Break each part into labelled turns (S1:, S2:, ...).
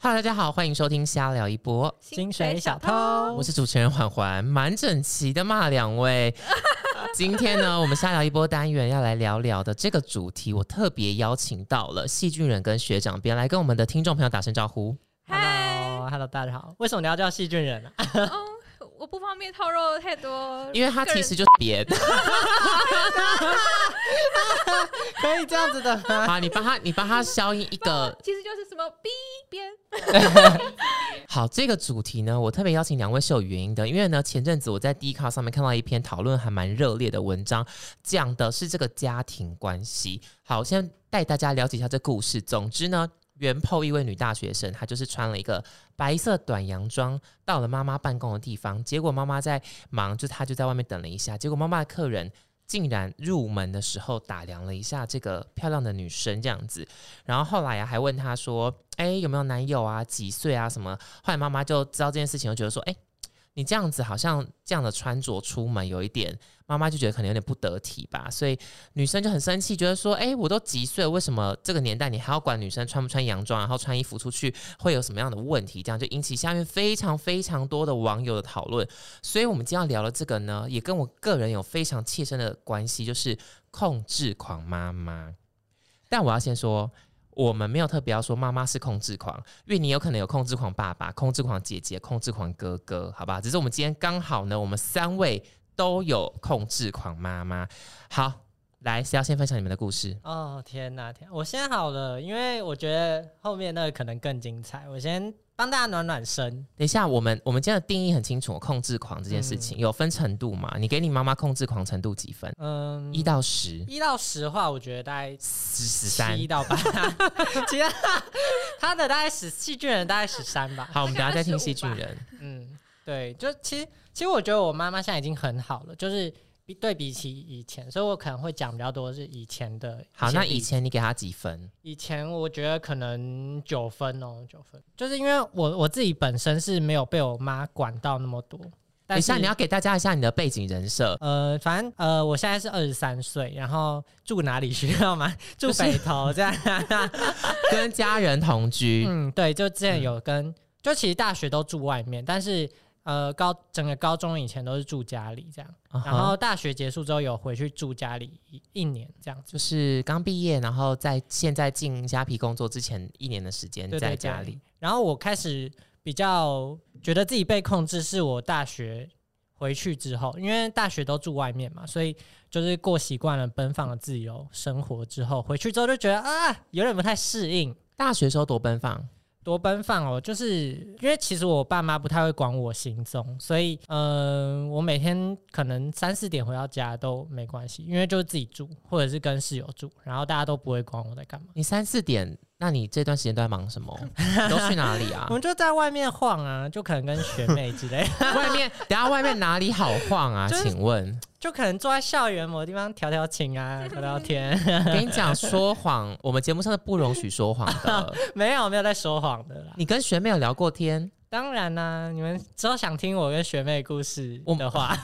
S1: 大家好，欢迎收听《瞎聊一波》，
S2: 薪水小 偷，
S1: 我是主持人环环，蛮整齐的嘛，两位。今天呢，我们瞎聊一波单元要来聊聊的这个主题，我特别邀请到了戏剧人跟学长边来跟我们的听众朋友打声招呼。
S2: Hello Hello，大家好。为什么你要叫细菌人呢、啊？
S3: 哦我不方便透露太多，
S1: 因为他其实就是别的，
S2: 可以这样子的吗？
S1: 好，你帮他，你帮他消音一个。
S3: 其实就是什么 B 边，
S1: 好，这个主题呢，我特别邀请两位是有原因的，因为呢，前阵子我在 d 卡上面看到一篇讨论还蛮热烈的文章，讲的是这个家庭关系。好，先带大家了解一下这故事。总之呢。原 PO 一位女大学生，她就是穿了一个白色短洋装，到了妈妈办公的地方，结果妈妈在忙，就她就在外面等了一下，结果妈妈的客人竟然入门的时候打量了一下这个漂亮的女生这样子，然后后来啊还问她说，哎、有没有男友啊，几岁啊什么？后来妈妈就知道这件事情，就觉得说，哎、你这样子好像这样的穿着出门有一点，妈妈就觉得可能有点不得体吧，所以女生就很生气，觉得说，哎、我都几岁了，为什么这个年代你还要管女生穿不穿洋装，然后穿衣服出去会有什么样的问题？这样就引起下面非常非常多的网友的讨论。所以我们今天要聊的这个呢，也跟我个人有非常切身的关系，就是控制狂妈妈。但我要先说。我们没有特别要说妈妈是控制狂，因为你有可能有控制狂爸爸、控制狂姐姐、控制狂哥哥，好吧？只是我们今天刚好呢，我们三位都有控制狂妈妈。好，来，谁要先分享你们的故事？
S2: 哦天哪、天！我先好了，因为我觉得后面那个可能更精彩。我先帮大家暖暖身。
S1: 等一下，我们我们今天的定义很清楚，控制狂这件事情、有分程度嘛？你给你妈妈控制狂程度几分？
S2: 嗯，
S1: 一到十，
S2: 一到十的话，我觉得大概
S1: 十十三
S2: 七。到 八，其他他的大概十，细菌人大概十三 吧。
S1: 好，我们等一下再听
S3: 大概是
S1: 戏
S3: 五
S1: 剧
S3: 吧
S1: 人。
S2: 嗯，对，就其实其实我觉得我妈妈现在已经很好了，就是比对比起以前，所以我可能会讲比较多是以前的一
S1: 好，
S2: 些
S1: 那
S2: 例
S1: 以
S2: 子
S1: 前你给他几分？
S2: 以前我觉得可能九分哦，九分，就是因为我我自己本身是没有被我妈管到那么多。
S1: 等
S2: 但
S1: 一
S2: 是
S1: 下，你要给大家一下你的背景人设。
S2: 呃，反正呃，我现在是二十三岁，然后住哪里需要 吗？住北投这样。
S1: 跟家人同居，
S2: 嗯，对，就之前有跟，就其实大学都住外面，但是呃高整个高中以前都是住家里这样，
S1: 啊哈
S2: 然后大学结束之后有回去住家里一一年这样子。
S1: 就是刚毕业，然后在现在进虾皮工作之前一年的时间
S2: 对对
S1: 在
S2: 对
S1: 家里。
S2: 然后我开始比较觉得自己被控制，是我大学回去之后，因为大学都住外面嘛，所以就是过习惯了奔放的自由生活之后，回去之后就觉得啊，有点不太适应。
S1: 大学时候多奔放，
S2: 多奔放哦，就是因为其实我爸妈不太会管我行踪，所以嗯、呃我每天可能三四点回到家都没关系，因为就是自己住或者是跟室友住，然后大家都不会管我在干嘛。
S1: 你三四点，那你这段时间都在忙什么？都去哪里啊
S2: 我？们就在外面晃啊，就可能跟学妹之类的
S1: 外面，等下外面哪里好晃啊？
S2: 就是
S1: 请问，
S2: 就可能坐在校园某个地方调调 情啊，聊聊天，
S1: 我跟你讲，说谎，我们节目上是不容许说谎的。
S2: 没有没有在说谎的啦。
S1: 你跟学妹有聊过天？
S2: 当然啦、你们之后想听我跟学妹的故事的话，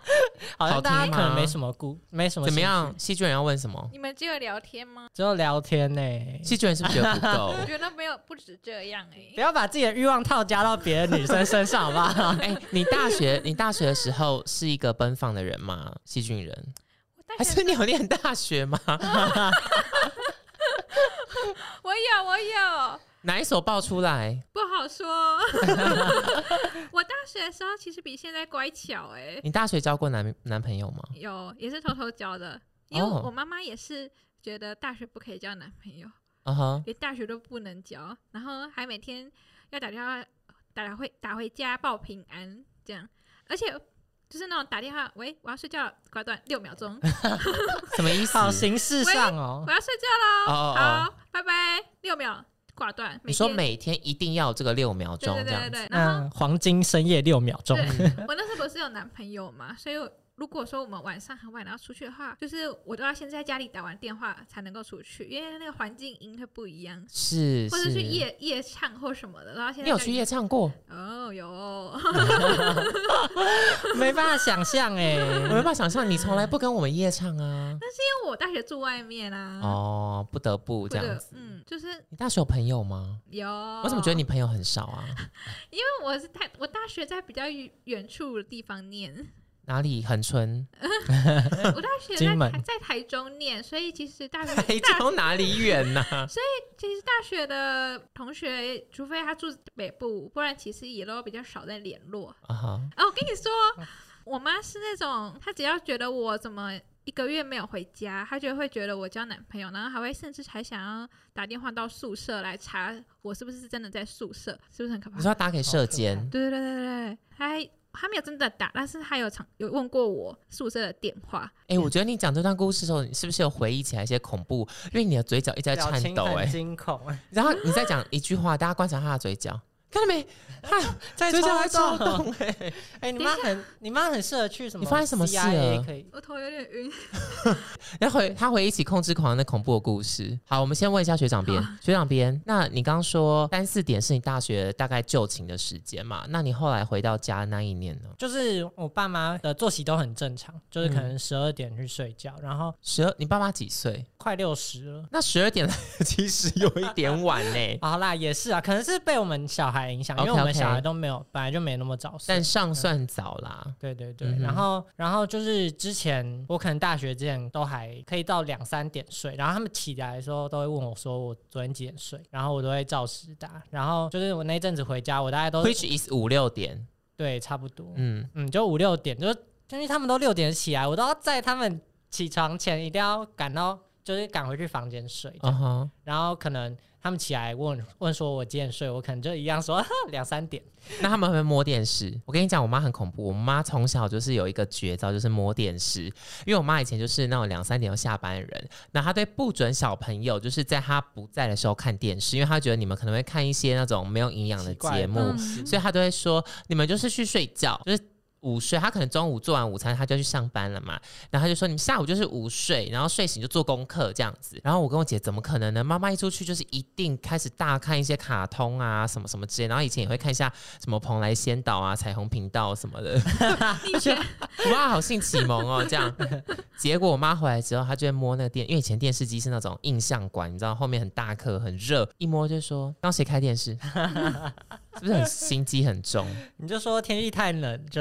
S2: 好像大
S1: 好
S2: 家
S1: 听吗
S2: 可能没什么故，没什么
S1: 怎么
S2: 兴趣，
S1: 样？戏剧人要问什么？
S3: 你们只有聊天吗？
S2: 只有聊天呢、
S1: 戏剧人是不是觉得不 够？
S3: 我觉得没有，不止这样哎
S2: 不。要把自己的欲望套加到别的女生身上，好不好？
S1: 哎、你大学你大学的时候是一个奔放的人吗？细菌人，
S2: 哎
S3: 我大
S1: 还
S3: 学
S1: 是你有念大学吗？
S3: 我有我有，
S1: 哪一首爆出来？
S3: 不好说。 我大学的时候其实比现在乖巧哎，
S1: 你大学交过男男朋友吗？
S3: 有也是偷偷教的，因为
S1: 哦
S3: 我妈妈也是觉得大学不可以交男朋友，
S1: 啊哈，
S3: 连大学都不能交，然后还每天要打电话打回打回家报平安这样，而且就是那种打电话喂我要睡觉了，挂断六秒 钟。
S1: 什么意思？
S2: 好形式上哦
S3: 我，要睡觉喽，
S1: 哦哦
S3: 好，拜拜，六秒挂断。
S1: 你说
S3: 天
S1: 每天一定要有这个六秒钟
S3: 对对
S1: 这样
S2: 嗯
S3: 对
S1: 子嗯
S3: 对，对，然后
S2: 那黄金深夜六秒钟，
S3: 对我那时候不是有男朋友嘛，所以我如果说我们晚上很晚然后出去的话，就是我都要先在家里打完电话才能够出去，因为那个环境音会不一样，
S1: 是，
S3: 或者
S1: 是
S3: 去夜夜唱或什么的。然后现在
S1: 你有去夜唱过？
S3: 哦，有
S2: 没办法想象哎、
S1: 我没 办法想象，你从来不跟我们夜唱啊。
S3: 因为我大学住外面啊，
S1: 哦，不得不
S3: 或
S1: 这样
S3: 者
S1: 子。
S3: 嗯，就是
S1: 你大学有朋友吗？
S3: 有。
S1: 我
S3: 我
S1: 怎哦么觉得你朋友很少啊？
S3: 因为我是太我大学在比较远远处的地方 念，
S1: 哪里很 纯？
S3: 我大学在
S2: 金门
S3: 台在台中念，所以其 实大学
S1: 台
S3: 大
S1: 中哎哪里远啊呐、
S3: 其实大学的同学，除非他住北部，不然其实也都比较少在联络。
S1: 啊哈，
S3: 啊，我跟你说，我妈是那种，她只要觉得我怎么一个月没有回家，她就会觉得我交男朋友，然后还会甚至还想要打电话到宿舍来查我是不是真的在宿舍，是不是很可怕
S1: 你？说要打给社监，
S3: 对对对对对，她还她没有真的打，但是她有常有问过我宿舍的电话，
S1: 哎、我觉得你讲这段故事的时候，你是不是有回忆起来一些恐怖？因为你的嘴角一直在
S2: 表
S1: 颤
S2: 情
S1: 抖、
S2: 很
S1: 哎，
S2: 惊恐，
S1: 然后你再讲一句话，大家观察他的嘴角，看到没？他
S2: 在
S1: 嘴角
S2: 抽
S1: 在抽
S2: 动。
S1: 动、哎，
S2: 哎、你妈很，你妈很适合去什么？
S1: 你发生什么事了
S2: CIA 可以
S3: 我头有点晕。
S1: 然后回他回忆起控制狂的恐怖的故事。好，我们先问一下学长编，学长编，那你刚刚说三四点是你大学大概就寝的时间嘛？那你后来回到家那一年呢？
S2: 就是我爸妈的作息都很正常，
S1: 嗯
S2: 就是可能十二点去睡觉，然后
S1: 十二，你爸妈几岁？
S2: 快六十了。
S1: 那十二点来 其实有一点晚呢、
S2: 好啦，也是啊，可能是被我们小孩影响，因为
S1: OK，OK
S2: 我们小孩都没有，本来就没那么早睡
S1: 但。尚算早啦。
S2: 对对对，
S1: 嗯哼
S2: 然后然后就是之前我可能大学之前都还可以到两三点睡，然后他们起来的时候都会问我说我昨天几点睡，然后我都会照实打。然后就是我那一阵子回家，我大概都
S1: Which is 五六点，
S2: 对差不多，
S1: 嗯，
S2: 嗯，就五六点，就因为他们都六点起来，我都要在他们起床前一定要赶到，就是赶回去房间睡。
S1: 啊哈，
S2: 然后可能他们起来问问说我几点睡，我可能就一样说 两三点。
S1: 那他们会不会摸电视？我跟你讲，我妈很恐怖。我妈从小就是有一个绝招，就是摸电视。因为我妈以前就是那种两三点就下班的人，那她对不准小朋友就是在她不在的时候看电视，因为她觉得你们可能会看一些那种没有营养的
S2: 奇怪的嗯
S1: 节目，
S2: 东
S3: 西
S1: 所以她都会说你们就是去睡觉，就是。午睡，她可能中午做完午餐，她就要去上班了嘛，然后她就说你们下午就是午睡，然后睡醒就做功课这样子。然后我跟我姐怎么可能呢？妈妈一出去就是一定开始大看一些卡通啊什么什么之类，然后以前也会看一下什么蓬莱仙岛啊、彩虹频道什么的。
S3: 你觉得
S1: 我妈好性启蒙哦，这样。结果我妈回来之后，她就会摸那个电，因为以前电视机是那种印象馆，你知道后面很大颗很热，一摸就说刚谁开电视，是不是很心机很重？
S2: 你就说天气太冷，就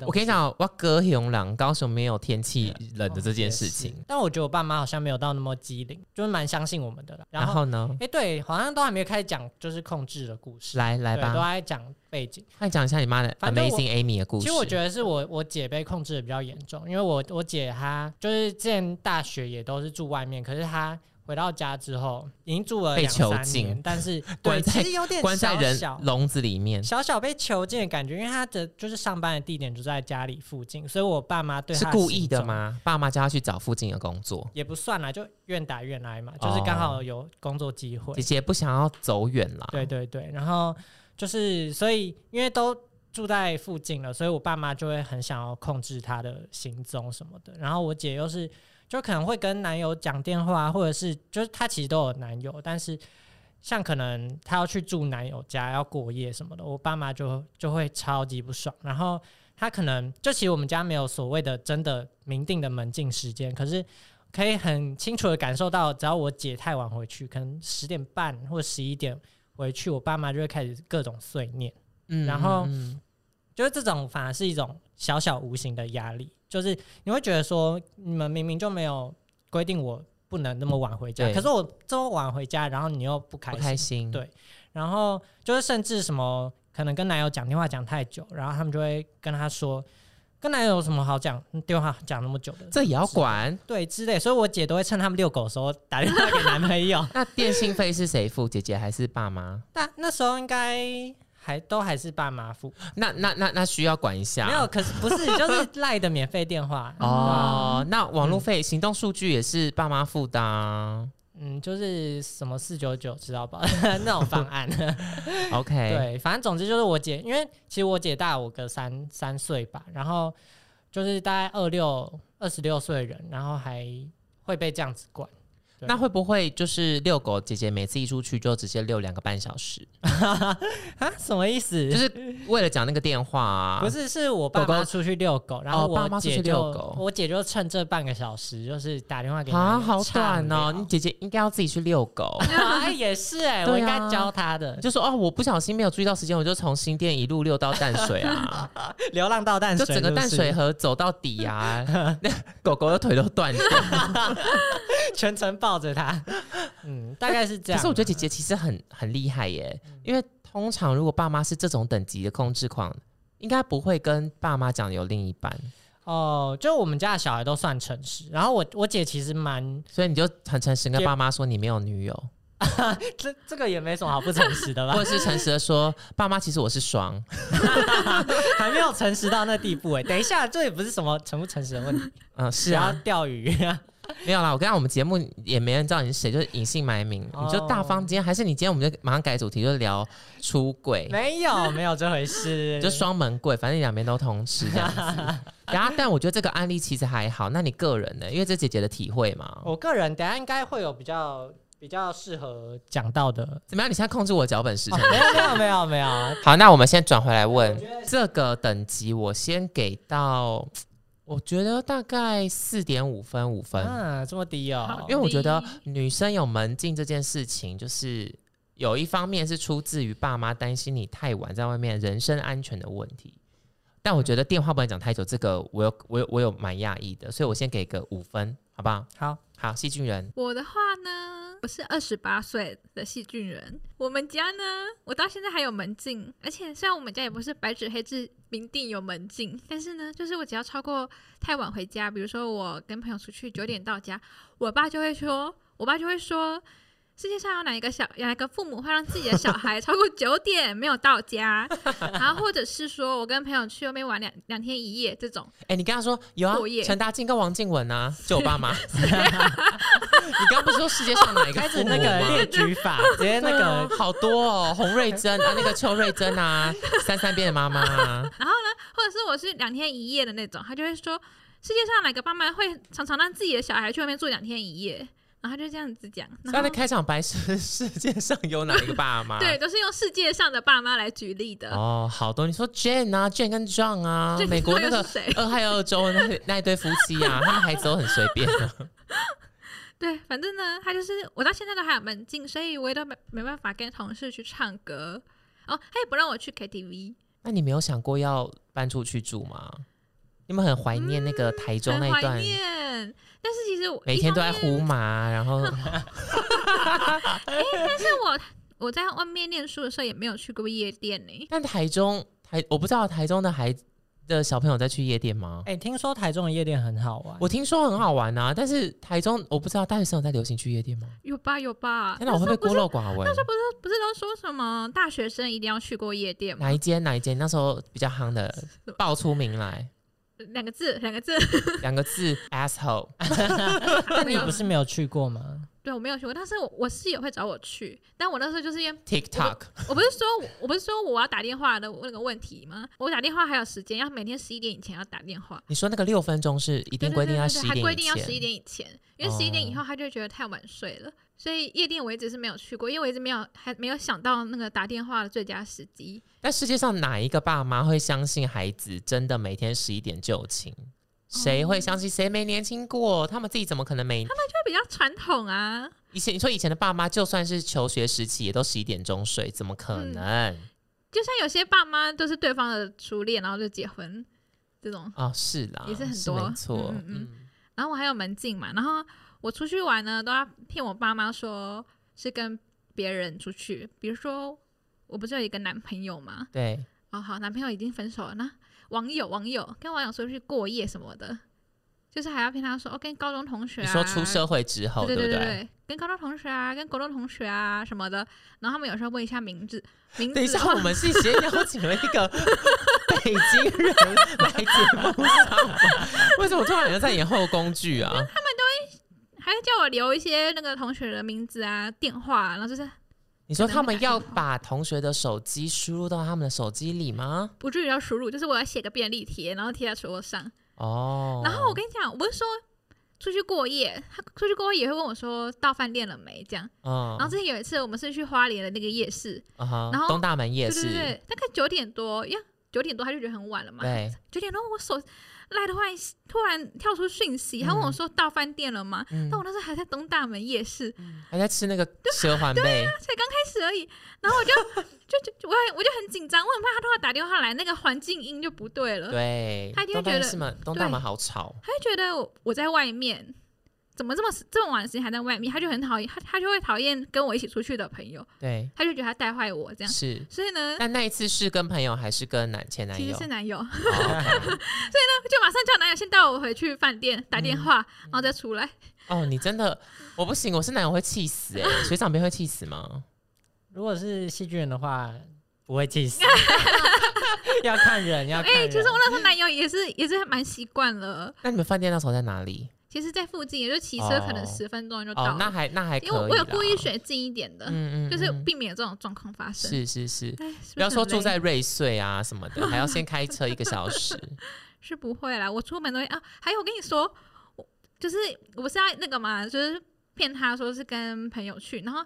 S1: 我跟你讲，我哥雄狼高雄没有天气冷的这件事
S2: 哦
S1: 情
S2: 也是。但我觉得我爸妈好像没有到那么机灵，就是蛮相信我们的啦。然
S1: 然
S2: 后，
S1: 后呢，
S2: 哎，对，好像都还没有开始讲就是控制的故事，
S1: 来来
S2: 对，都
S1: 吧，
S2: 还在讲背景。
S1: 快讲一下你妈的
S2: 反正我
S1: Amazing Amy 的故事。
S2: 其实我觉得是我我姐被控制的比较严重，因为我我姐她就是之前大学也都是住外面，可是她回到家之后已经住了
S1: 被
S2: 两
S1: 囚
S2: 三
S1: 禁
S2: 年，但是
S1: 关
S2: 对，
S1: 在
S2: 其实有点
S1: 关在
S2: 小
S1: 人
S2: 小
S1: 笼子里面，
S2: 小小被囚禁的感觉，因为她的就是上班的地点就在家里附近，所以我爸妈对
S1: 是
S2: 她
S1: 故意的
S2: 行踪？
S1: 吗？爸妈叫她去找附近的工作，
S2: 也不算啦，就愿打愿挨嘛，
S1: 哦
S2: 就是刚好有工作机会。
S1: 姐姐不想要走远啦。
S2: 对对对，然后就是所以因为都住在附近了，所以我爸妈就会很想要控制他的行踪什么的。然后我姐又是就可能会跟男友讲电话，或者是就是她其实都有男友，但是像可能她要去住男友家要过夜什么的，我爸妈就就会超级不爽。然后她可能就其实我们家没有所谓的真的明定的门禁时间，可是。可以很清楚的感受到，只要我姐太晚回去，可能十点半或十一点回去，我爸妈就会开始各种碎念，
S1: 嗯
S2: 然后
S1: 嗯嗯
S2: 就是这种反而是一种小小无形的压力，就是你会觉得说，你们明明就没有规定我不能那么晚回家，
S1: 对
S2: 可是我这么晚回家，然后你又不开
S1: 不
S2: 心，
S1: 开心。
S2: 对然后就是甚至什么可能跟男友讲电话讲太久，然后他们就会跟他说，跟男友有什么好讲电话讲那么久的，
S1: 这也要管？
S2: 对之类，所以我姐都会趁他们遛狗的时候打电话给男朋友，
S1: 那电信费是谁付？姐姐还是爸妈？
S2: 但 那时候应该还都还是爸妈付。
S1: 那那那那需要管一下。
S2: 没有，可是不是就是赖的免费电话 哦，
S1: 哦，那网路费、行动数据也是爸妈付的、啊。
S2: 嗯，就是什么四九九知道吧 那种方 案，
S1: OK，
S2: 对，反正总之就是我姐，因为其实我姐大我个三三岁吧，然后就是大概二六二十六岁的人，然后还会被这样子管。对
S1: 那会不会就是遛狗姐姐每次一出去就直接遛两个半小 时？
S2: 啊，什么意思？
S1: 就是为了讲那个电话啊？
S2: 不，是，是我爸
S1: 狗
S2: 妈
S1: 狗
S2: 出去遛狗，然后
S1: 哦爸
S2: 我
S1: 妈出
S2: 姐
S1: 去
S2: 就、
S1: 遛狗
S2: 我姐就趁这半个小时，就是打电话给
S1: 啊，
S2: 你
S1: 好
S2: 畅
S1: 短哦！
S2: 聊。
S1: 你姐姐应该要自己去遛狗
S2: 啊，也是哎、
S1: 对啊
S2: 我应该教她的
S1: 你，就说哦，我不小心没有注意到时间，我就从新店一路遛到淡水啊，
S2: 流浪 到淡
S1: 就
S2: 水，
S1: 整个淡水
S2: 是
S1: 河走到底啊， 那狗狗的腿都断 掉。
S2: 不是 全程抱着她，嗯， 大概是这
S1: 可
S2: 样。
S1: 是我觉得姐姐其实很很厉害耶，
S2: 嗯
S1: 因为通常如果爸妈是这种等级的控制狂，应该不会跟爸妈讲有另一半，
S2: 哦、就我们家的小孩都算诚实，然后我我姐其实蛮
S1: 所以你就很诚实跟
S2: 姐
S1: 爸妈说你没有女友，
S2: 这这个也没什么好不诚实 的吧
S1: 或，者是诚实的说爸妈其实我是 双，
S2: 还没有诚实到那地步哎、等一下，这也不是什么诚不诚实的问题，
S1: 嗯是
S2: 只要
S1: 啊，
S2: 钓鱼啊
S1: 没有啦，我刚刚我们节目也没人知道你是谁，就是隐姓埋名，
S2: 哦
S1: 你就大方。今天还是你今天我们就马上改主题，就聊出轨。
S2: 没有没有这回事，
S1: 就双门柜，反正你两边都通吃 这样子。然后，但我觉得这个案例其实还好。那你个人呢？因为这是姐姐的体会嘛，
S2: 我个人等一下应该会有比较比较适合讲到的。
S1: 怎么样？你现在控制我脚本时程
S2: 哦、没有没有没有没有，
S1: 好，那我们先转回来问
S2: 我觉得
S1: 这个等级，我先给到，我觉得大概四点五分，五分，
S2: 啊，这么低哦
S3: 好，
S1: 因为我觉得
S3: 低
S1: 女生有门禁这件事情，就是有一方面是出自于爸妈担心你太晚在外面人身安全的问题。但
S2: 嗯
S1: 我觉得电话不能讲太久，这个我有我有我有蛮讶异的，所以我先给个五分，好不好？
S2: 好，
S1: 好，细菌人，
S3: 我的话呢，我是二十八岁的细菌人。我们家呢，我到现在还有门禁，而且虽然我们家也不是白纸黑字明定有门禁，但是呢，就是我只要超过太晚回家，比如说我跟朋友出去九点到家，我爸就会说，我爸就会说。世界上有哪一个小哪一个父母会让自己的小孩超过九点没有到家？然后或者是说我跟朋友去外面玩两两天一夜这种，
S1: 哎、你刚刚说有啊
S3: 过，夜
S1: 陈大靖跟王静雯啊，就我爸 妈。 你刚刚不是说世界上哪一个
S2: 开
S1: 父
S2: 始
S1: 母
S2: 那个
S1: 吗
S2: 列举法，直接那
S1: 对啊
S2: 个
S1: 好多哦，洪瑞珍啊，那个邱瑞珍啊，三三变的妈妈啊，
S3: 或者是我是两天一夜的那种，他就会说世界上哪个爸妈会常常让自己的小孩去外面住两天一夜？然后他就这样子讲，
S1: 所以
S3: 然
S1: 他的
S3: 后
S1: 开场白是世界上有哪一个爸妈？
S3: 对，，都是用世界上的爸妈来举例的。
S1: 哦，好多你说 Jane 啊，Jane 跟 John 啊
S3: 这，
S1: 美国那
S3: 又
S1: 个
S3: 是谁？
S1: 俄亥俄州那那一对夫妻啊，他们孩子都很随便啊。
S3: 对，反正呢，他就是我到现在都还有门禁，所以我也都没没办法跟同事去唱歌。哦，他也不让我去 KTV，
S1: 那你没有想过要搬出去住吗？你们很怀念那个台中那
S3: 很
S1: 一
S3: 怀
S1: 段，
S3: 念。但是其实我
S1: 每
S3: 一
S1: 天都
S3: 方
S1: 在
S3: 面
S1: 呼麻，然 后
S3: 但是我我在外面念书的时候也没有去过夜店呢、
S1: 但台中台我不知道台中的孩的小朋友在去夜店吗？
S2: 哎、听说台中的夜店很好玩，
S1: 我听说很好玩啊，但是台中我不知道大学生有在流行去夜店吗？
S3: 有吧有吧？
S1: 天哪，我会
S3: 啊那时候
S1: 不
S3: 不
S1: 会孤
S3: 是
S1: 陋寡闻？
S3: 不是都说什么大学生一定要去过夜店吗
S1: 哪？一间哪一间？那时候比较夯的，爆出名来，
S3: 两个字，两个 字。
S1: 两个字 asshole。啊
S2: 那 你不是没有去过吗？
S3: 对，我没有去过，但是我我室友会找我去，但我那时候就是因为
S1: TikTok，
S3: 我不是说我不是说我要打电话的那个问题吗？我打电话还有时间，要每天十一点以前要打电话，
S1: 你说那个六分钟是一定
S3: 对对
S1: 规
S3: 对
S1: 定要
S3: 对
S1: 十
S3: 对，
S1: 一
S3: 还
S1: 点
S3: 规
S1: 以
S3: 定要十
S1: 前，哦
S3: 一点以前，因为十一点以后他就觉得太晚睡了，所以夜店我一直是没有去过，因为我一直没有还没有想到那个打电话的最佳时机。
S1: 但世界上哪一个爸妈会相信孩子真的每天十一点就寝？
S3: 哦
S1: 谁会相信？谁没年轻过？他们自己怎么可能每
S3: 就比较传统啊，
S1: 以前你说以前的爸妈，就算是求学时期，也都十一点钟睡，怎么可
S3: 嗯
S1: 能
S3: 就像有些爸妈都是对方的初恋，然后就结婚这种。
S1: 啊、是啦，
S3: 也是很
S1: 没
S3: 多
S1: 错，
S3: 嗯嗯嗯
S1: 嗯
S3: 然后我还有门禁嘛，然后我出去玩呢，都要骗我爸妈说是跟别人出去，比如说我不是有一个男朋友嘛，
S1: 对，
S3: 哦好，男朋友已经分手了，那网友网友跟网友说去过夜什么的，就是还要骗他说哦跟高中同学、啊，
S1: 你说出社会之后，
S3: 对
S1: 不
S3: 对对，跟高中同学啊，跟国中同学啊什么的，然后他们有时候问一下名字，名字
S1: 等一下，
S3: 的话
S1: 我们是先邀请了一个北京人来节目上吗？ 为什么突然要在演后宫剧啊？
S3: 还会叫我留一些那个同学的名字啊电话啊，然后就是
S1: 你说他们要把同学的手机输入到他们的手机里吗？
S3: 不至于要输入，就是我要写个便利贴，然后贴在手上。
S1: 哦，
S3: 然后我跟你讲，我不是说出去过夜，他出去过夜也会问我说到饭店了没这样。
S1: 嗯，
S3: 然后之前有一次，我们是去花莲的那个夜市，
S1: 啊哈
S3: 然后
S1: 东大门夜
S3: 对
S1: 市，
S3: 对对，大概九点多呀，九点多他就觉得很晚了嘛。
S1: 对
S3: 九点多我手赖的话突然跳出讯息，他问我
S1: 嗯
S3: 说到饭店了啊吗？
S1: 嗯
S3: 但我那时候还在东大门夜市，
S1: 还在吃那个蛇环贝，
S3: 才刚开始而已，然后我就就就就我也我就很紧张，我很怕他突然打电话来，那个环境音就不对了，
S1: 对，
S3: 他一定会
S1: 东大
S3: 觉
S1: 门
S3: 得
S1: 是吗？东大门好吵，
S3: 他就觉得我我在外面，怎么这么这么晚的时间还在外面，他就很讨厌他他就会讨厌跟我一起出去的朋友，
S1: 对，
S3: 他就觉得他带坏我这样，
S1: 是。
S3: 所以呢，
S1: 但那一次是跟朋友还是跟男前男
S3: 其
S1: 友？
S3: 实是男友， 就
S1: 哦
S3: 马上叫男友先带我回去饭店打
S1: 嗯
S3: 电话，然后再出来，
S1: 哦，你真的我不行，我是男友会气死哎、学长别会气死吗？
S2: 如果是戏剧人的话，不会气死，要看人，要看
S3: 哎、
S2: 人。
S3: 其实我那时候男友也是也是蛮习惯了，
S1: 那你们饭店那时候在哪里？
S3: 其实在附近，也就骑车可能
S1: 哦
S3: 十分钟就到
S1: 哦
S3: 了，，
S1: 那还那还可以
S3: 因
S1: 啦，
S3: 为我有故意选近一点的，
S1: 嗯，嗯嗯，
S3: 就是避免有这种状况发生。
S1: 是是是，
S3: 哎，是
S1: 不要
S3: 是
S1: 说
S3: 很
S1: 住
S3: 累
S1: 在瑞穗啊什么的， 还要先开车一个小时。
S3: 是不会啦，我出门都会啊。还有我跟你说，我就是我不是要那个嘛，就是骗他说是跟朋友去，然后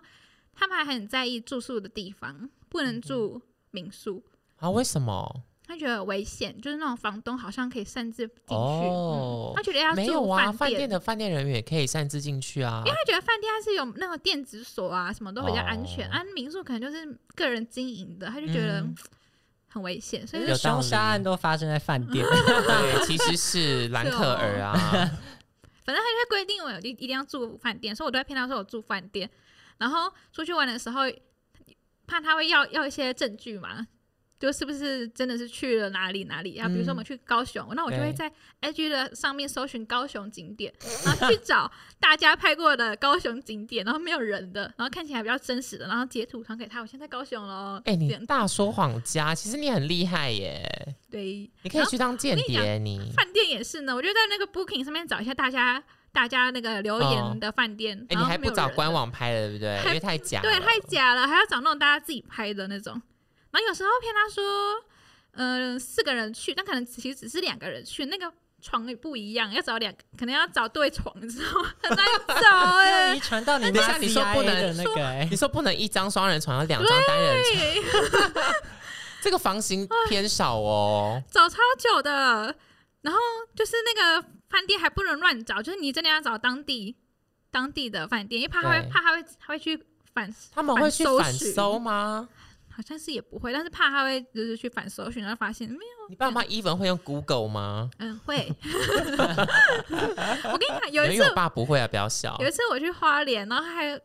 S3: 他们还很在意住宿的地方，不
S1: 嗯
S3: 能住民宿，
S1: 啊？为什么？
S3: 他觉得有危险，就是那种房东好像可以擅自进去，
S1: 哦
S3: 嗯他觉得要
S1: 没有
S3: 住
S1: 啊，
S3: 饭
S1: 饭店的饭店人员也可以擅自进去啊
S3: 因。为他觉得饭店它是有那种电子锁啊，什么都比较安全，
S1: 哦
S3: 安、民宿可能就是个人经营的，他就觉得
S1: 嗯
S3: 很危险，所以
S2: 其
S3: 就
S2: 实凶杀案都发生在饭店，
S1: 对，啊其实是兰可儿
S3: 哦
S1: 啊，
S3: 反正他就会规定我一一定要住饭店，所以我都会骗他说我住饭店。然后出去玩的时候，怕他会要要一些证据嘛，就是不是真的是去了哪里哪里啊？比如说我们去高雄，那我就会
S1: 嗯对
S3: 在 IG 的上面搜寻高雄景点，然后去找大家拍过的高雄景点，然后没有人的，然后看起来比较真实的，然后截图传给他，我现在在高雄喽。
S1: 哎、
S3: 这
S1: 你
S3: 样
S1: 大说谎家，其实你很厉害耶，
S3: 对
S1: 你可以去当间谍你。
S3: 饭店也是呢，我就在那个 Booking 上面找一下大家大家那个留
S1: 哦
S3: 言的饭店，
S1: 哎、
S3: 然
S1: 你
S3: 后
S1: 还
S3: 啊没
S1: 不
S3: 有
S1: 找
S3: 人
S1: 官
S3: 的
S1: 网拍了，对不对？因为太假了，
S3: 对，太假了，还要找那种大家自己拍的那种。然后有时候骗他说，嗯、四个人去，但可能其实只是两个人去，那个床也不一样，要找两，可能要找对床，你知道吗？很难找哎、
S2: 要遗传到你
S1: 等一
S2: 妈
S1: 下你说
S2: CIA
S1: 不能
S2: 的那个、哎
S1: 你说不能一张双人床，要两张单人床，
S3: 对，
S1: 这个房型偏少 哦。
S3: 找超久的。然后就是那个饭店还不能乱找，就是你真的要找当地当地的饭店，因为怕他会
S1: 对
S3: 怕他会他会去反，
S1: 他们会去
S3: 反搜
S1: 反
S3: 寻
S1: 搜吗？
S3: 好像是也不会，但是怕他会就是去反搜寻，然后发现没有。
S1: 你爸妈 even 会用 Google 吗？
S3: 嗯，会。 我跟你讲，有
S1: 因为
S3: 一次
S1: 我爸不会啊，不要笑
S3: 有一次我去花莲，然后还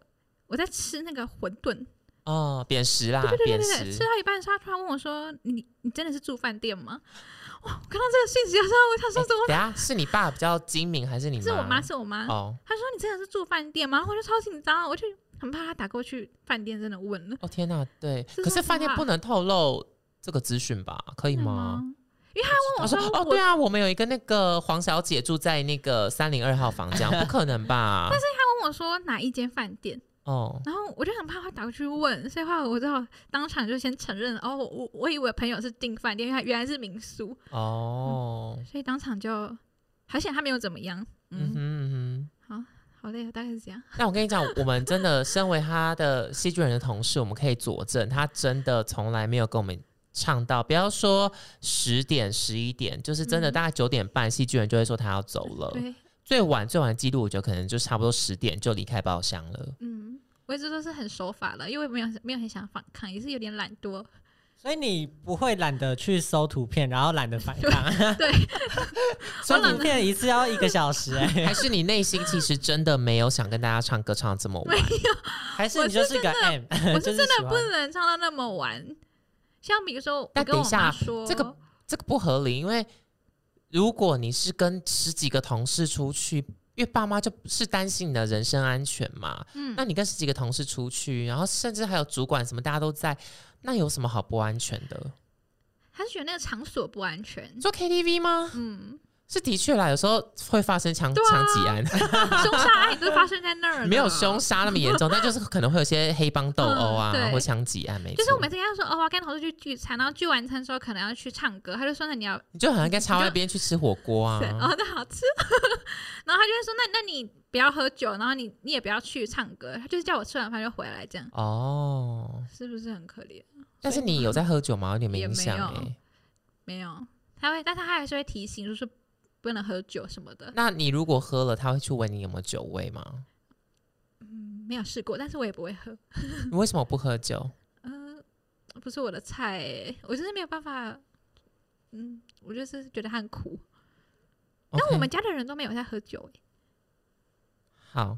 S3: 我在吃那个馄饨，
S1: 哦，扁食啦，
S3: 对对
S1: 扁
S3: 对，吃
S1: 食，
S3: 到一半的时候，他突然问我说：“你你真的是住饭店吗？”哇，我看到这个讯息的时候，我想说
S1: 哎
S3: 怎么？
S1: 等一下是你爸比较精明还是你妈？
S3: 是我妈，是我妈。
S1: 哦
S3: 她说：“你真的是住饭店吗？”然后我就超紧张，我就很怕她打过去饭店真的问了，
S1: 哦天哪，对，
S3: 是
S1: 可是
S3: 说实
S1: 饭店
S3: 话
S1: 不能透露这个资讯吧？可以
S3: 真的
S1: 吗？？
S3: 因为她问
S1: 他
S3: 我
S1: 说：“哦，
S3: 我
S1: 对啊，我们有一个那个黄小姐住在那个三零二号房， 这样不可能吧？但是
S3: 她问我说哪一间饭店，
S1: 哦，
S3: 然后我就很怕她打过去问，所以话我只好当场就先承认，哦，我我我以为朋友是订饭店，因为她原来是民宿，
S1: 哦，
S3: 所以当场就好险她没有怎么样。
S1: 嗯哼
S3: 嗯，
S1: 嗯
S3: 好累，大概是这样。
S1: 哼。那我跟你讲，我们真的身为他的戏剧人的同事，我们可以佐证，他真的从来没有跟我们。”唱到不要说十点十一点，就是真的
S3: 嗯
S1: 大概九点半，戏剧人就会说他要走了。
S3: 对，
S1: 最晚最晚的记录，我觉得可能就差不多十点就离开包厢了。
S3: 嗯，我一直都是很守法了，因为没有没有很想反抗，也是有点懒 惰。
S2: 所以你不会懒得去搜图片，然后懒得反抗。
S3: 对，
S2: 搜图片一次要一个小时、哎，
S1: 还是你内心其实真的没有想跟大家唱歌唱得这么晚？
S2: 还是你就是个 M，
S3: 我
S2: 就
S3: 真
S2: 是喜
S3: 的
S2: 欢
S3: 不能唱到那么晚。像比如说，我
S1: 但
S3: 跟我
S1: 等一下
S3: 妈说，
S1: 这个这个不合理，因为如果你是跟十几个同事出去，因为爸妈就是担心你的人身安全嘛。
S3: 嗯
S1: 那你跟十几个同事出去，然后甚至还有主管什么，大家都在，那有什么
S3: 嗯
S1: 好不安全的？
S3: 还是觉得那个场所不安 全
S1: 你。说 KTV 吗？
S3: 嗯，
S1: 是的确啦，有时候会发生枪
S3: 对啊
S1: 枪击 案，
S3: 凶杀案都发生在那儿了，
S1: 没有凶杀那么严重，但就是可能会有一些黑帮斗殴啊，
S3: 嗯对
S1: 或枪击案，没错。
S3: 就是我每次跟他说，哦，我要跟同事去聚餐，然后聚完餐之后可能要去唱歌，他就说那你要，
S1: 你就好像跟插外边去吃火锅 啊
S3: 对，，哦，那好吃，然后他就会说，那那你不要喝酒，然后你你也不要去唱歌，他就是叫我吃完饭就回来，这样
S1: 哦，
S3: 是不是很可怜？
S1: 但是你有在喝酒吗？有点没印象
S3: 嗯也没
S1: 哎。
S3: 没有，他会，但他还是会提醒，就是不能喝酒什么的，
S1: 那你如果喝了，他会去问你有没有酒味吗？
S3: 嗯，没有试过，但是我也不会喝，
S1: 你为什么不喝酒？
S3: 嗯、不是我的菜欸、我就是没有办法，嗯，我就是觉得它很苦， 但我
S1: OK，
S3: 们家的人都没有在喝酒、欸，
S1: 好，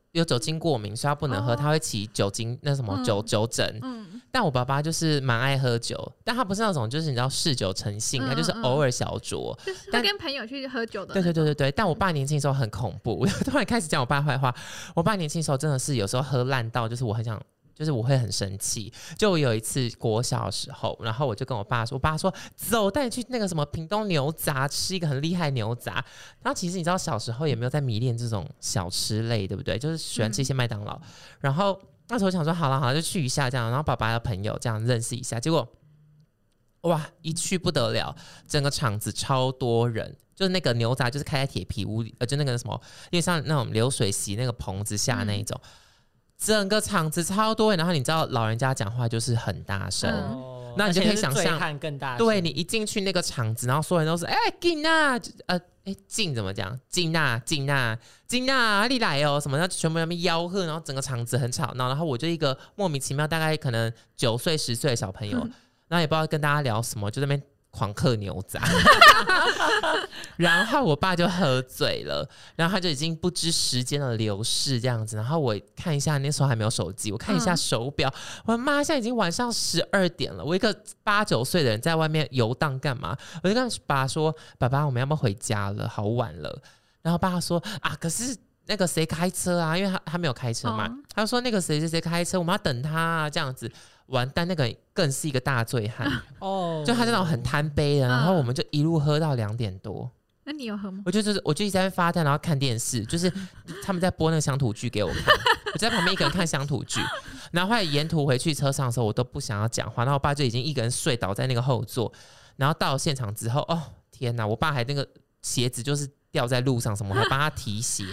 S1: 有酒精过敏，所以她不能喝，
S3: 哦
S1: 她会起酒精那什么
S3: 嗯
S1: 酒酒疹。
S3: 嗯，
S1: 但我爸爸就是蛮爱喝酒，但他不是那种就是你知道嗜酒成性，
S3: 嗯
S1: 他就是
S3: 嗯嗯
S1: 偶尔小酌。
S3: 就是会
S1: 但
S3: 跟朋友去喝酒的。
S1: 对对对对对，但我爸年轻的时候很恐怖，我突然开始讲我爸坏话。我爸年轻的时候真的是有时候喝烂到，就是我很想。就是我会很生气，就我有一次国小的时候，然后我就跟我爸说，我爸说走，带你去那个什么屏东牛杂吃一个很厉害的牛杂。然后其实你知道小时候也没有在迷恋这种小吃类，对不对？就是喜欢吃一些麦当劳。然后那时候想说好了好了，就去一下这样，然后爸爸的朋友这样认识一下，结果哇一去不得了，整个场子超多人，就是那个牛杂就是开在铁皮屋里，呃，就那个什么，因为像那种流水席那个棚子下那一种。整个场子超多人，然后你知道老人家讲话就是很大声，
S3: 嗯
S1: 那你就可以
S2: 哦而且是
S1: 想象
S2: 醉汉更大声，
S1: 对你一进去那个场子，然后所有人都是哎金娜，呃哎静怎么讲？金娜金娜金娜，你来哦什么？然后全部在那边吆喝，然后整个场子很吵闹。然后我就一个莫名其妙，大概可能九岁十岁的小朋友，然后也不知道跟大家聊什么，就在那边。狂嗑牛杂，然后我爸就喝醉了，然后他就已经不知时间的流逝这样子。然后我看一下，那时候还没有手机，我看一下
S3: 嗯
S1: 手表，我的妈，现在已经晚上十二点了，我一个八九岁的人在外面游荡干嘛？我就跟爸说：“爸爸，我们要不要回家了？好晚了。”然后爸说：“啊，可是那个谁开车啊？因为他他没有开车嘛，
S3: 哦
S1: 他就说那个谁谁谁开车，我们要等他啊，这样子。”完蛋，那个人更是一个大醉汉，
S2: 哦，
S1: 就他那种很贪杯的，然后我们就一路喝到两点多。
S3: 那你有喝吗？
S1: 我就就是我就一直在那边发呆，然后看电视，就是他们在播那个乡土剧给我看，我在旁边一个人看乡土剧，然后后来沿途回去车上的时候，我都不想要讲话，然后我爸就已经一个人睡倒在那个后座，然后到了现场之后，哦天哪，我爸还那个鞋子就是掉在路上什么，我还帮他提鞋，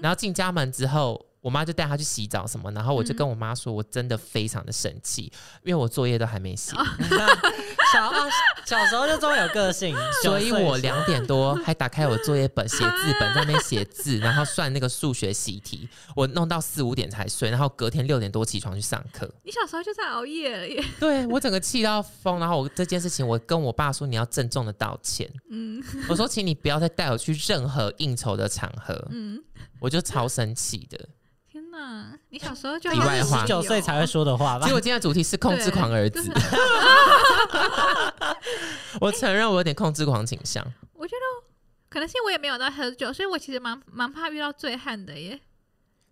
S1: 然后进家门之后。我妈就带他去洗澡什么，然后我就跟我妈说，我真的非常的生气，因为我作业都还没写，
S2: 小啊小时候就这么有个性，
S1: 所以
S2: 九岁
S1: 我
S2: 的时候
S1: 两点多还打开我作业本写字本，在那边写字，然后算那个数学习题，我弄到四五点才睡，然后隔天六点多起床去上课。
S3: 你小时候就在熬夜了耶。
S1: 对我整个气到疯，然后我这件事情，我跟我爸说你要郑重的道歉，
S3: 嗯
S1: 我说请你不要再带我去任何应酬的场合，
S3: 嗯，
S1: 我就超生气的。
S3: 天哪，你小时候就
S1: 题外话
S2: 十九岁才会说的话吧
S1: 结？果今天的主题是控制狂儿子
S3: 对，就是
S1: 我承认我有点控制狂倾向。
S3: 我觉得可能是因为我也没有在喝酒，所以我其实蛮蛮怕遇到醉汉的耶。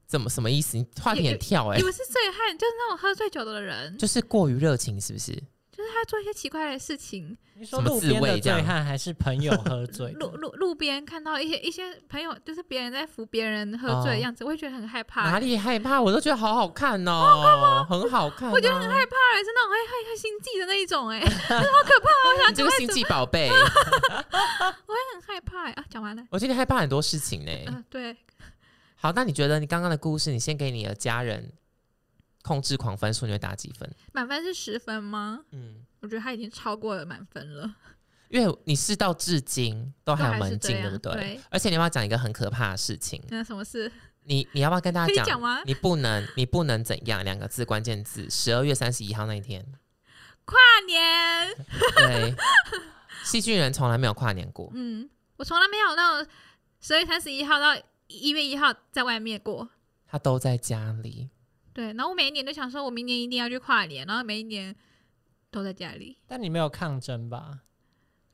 S1: 怎么什么意思？你话题很跳哎、
S3: 你们是醉汉，就是那种喝醉酒的人，
S1: 就是过于热情是不是？
S3: 就是他做一些奇怪的事情，
S2: 你说路边
S1: 什么自
S2: 的
S1: 慰这样
S2: 醉汉还是朋友喝醉的？
S3: 路路路边看到一些一些朋友，就是别人在扶别人喝醉的样子，我会觉得很害怕。
S1: 哦哪
S3: 怕
S1: 里害怕？我都觉得好好看哦，很好看、
S3: 欸我觉得很
S1: 害怕。
S3: 人是那种会会会心悸的那一种，哎，
S1: 你这个星际宝贝，
S3: 很害怕欸啊。讲完了，
S1: 我觉得你害怕很多事情呢、
S3: 嗯、对，
S1: 好，那你觉得你刚刚的故事，你先给你的家人控制狂分数，你会打几分？
S3: 满分是十分吗？
S1: 嗯，
S3: 我觉得他已经超过了满分了，
S1: 因为你试到至今都
S3: 都
S1: 还有
S3: 还是
S1: 门
S3: 这
S1: 禁，对
S3: 样
S1: 不对？
S3: 对啊
S1: 而且你要不要讲一个很可怕的事情？
S3: 那什么事？
S1: 你你要不要跟大
S3: 可以
S1: 家
S3: 讲吗
S1: 你不能，你不能怎样？两个字，关键字，十二月三十一号那一天，
S3: 跨年，
S1: 对，细菌人从来没有跨年过。
S3: 嗯，我从来没有那种十二月三十一号到一月一号在外面过。
S1: 他都在家里，
S3: 对，然后我每一年都想说，我明年一定要去跨年，然后每一年都在家里。
S2: 但你没有抗争吧？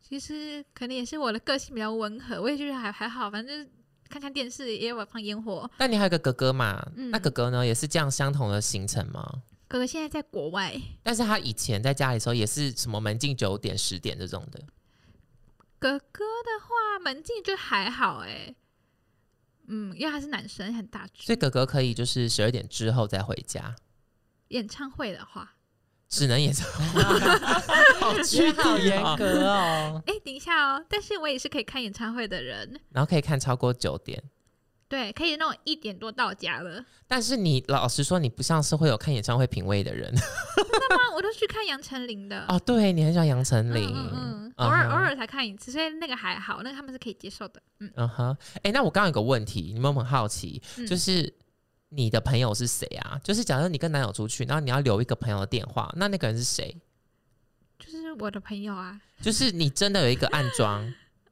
S3: 其实可能也是我的个性比较温和，我也觉得还还好，反正就是看看电视，也有放烟火。
S1: 但你还有个哥哥嘛？
S3: 嗯
S1: 那哥哥呢，也是这样相同的行程吗？
S3: 哥哥现在在国外，
S1: 但是他以前在家里的时候也是什么门禁九点、十点这种的，
S3: 哥哥的话门禁就还好哎、嗯，因为他是男生，很大
S1: 所
S3: 只
S1: 以。哥哥可以就是十二点之后再回家，
S3: 嗯演唱会的话，
S1: 只能也是好
S2: 也
S1: 具体
S2: 好严
S1: 哦
S2: 格哦。
S3: 哎、等一下哦，但是我也是可以看演唱会的人，
S1: 然后可以看超过九点。
S3: 对，可以那种一点多到家了。
S1: 但是你老实说，你不像是会有看演唱会品味的人
S3: 嗯那么我都去看杨丞琳的，
S1: 哦。对你很喜欢杨丞琳，
S3: 嗯嗯嗯，偶尔
S1: 嗯哼
S3: 偶尔才看一次，所以那个还好，那个他们是可以接受的。嗯，
S1: 嗯哼，哎、那我刚刚有个问题，你们有没有很好奇，
S3: 嗯
S1: 就是你的朋友是谁啊？就是假设你跟男友出去，然后你要留一个朋友的电话，那那个人是谁？
S3: 就是我的朋友啊，
S1: 就是你真的有一个暗 装，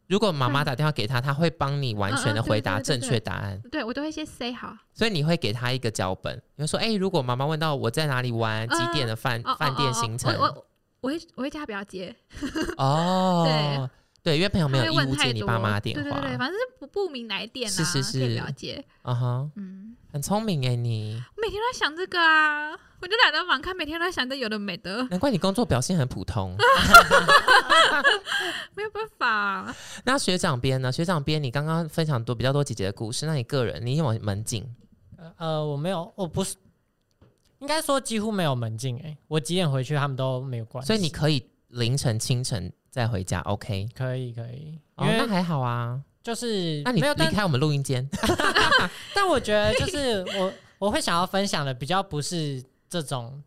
S1: 如果妈妈打电话给他，他会帮你完全
S3: 嗯嗯
S1: 的
S3: 对
S1: 回
S3: 对
S1: 答
S3: 对
S1: 正
S3: 对
S1: 确答案，
S3: 对我都会先 say 好，
S1: 所以你会给他一个脚本，你会说，哎、如果妈妈问到我在哪里玩，几点的饭
S3: 哦哦
S1: 饭
S3: 哦
S1: 店
S3: 哦
S1: 行程，
S3: 我我我会我会叫他不要接，
S1: 哦，对，因为朋友
S3: 他
S1: 没有
S3: 会
S1: 义
S3: 问
S1: 务接
S3: 太
S1: 你
S3: 多。
S1: 爸妈的电话，
S3: 对对对，反正是不不明来电啊，
S1: 是是是
S3: 可以不要接。
S1: 啊哈，
S3: 嗯，
S1: 很聪明哎你，
S3: 我每天都在想这个啊，我就懒得忙看，每天都在想着有的没的，
S1: 难怪你工作表现很普 通。
S3: 没有办法、啊
S1: 那学长编呢？学长编，你刚刚分享多比较多姐姐的故事，那你个人你有没有门禁？
S2: 呃，我没有，我不是，应该说几乎没有门禁诶、欸我几点回去他们都没有关系，
S1: 所以你可以凌晨、清晨再回家，OK？
S2: 可以可以，
S1: 哦，
S2: 因
S1: 那
S2: 为
S1: 还好啊。
S2: 就是
S1: 那你
S2: 没有，
S1: 离
S2: 但嗯
S1: 开我们录音间，
S2: 但我觉得就是我我会想要分享的比较不是这种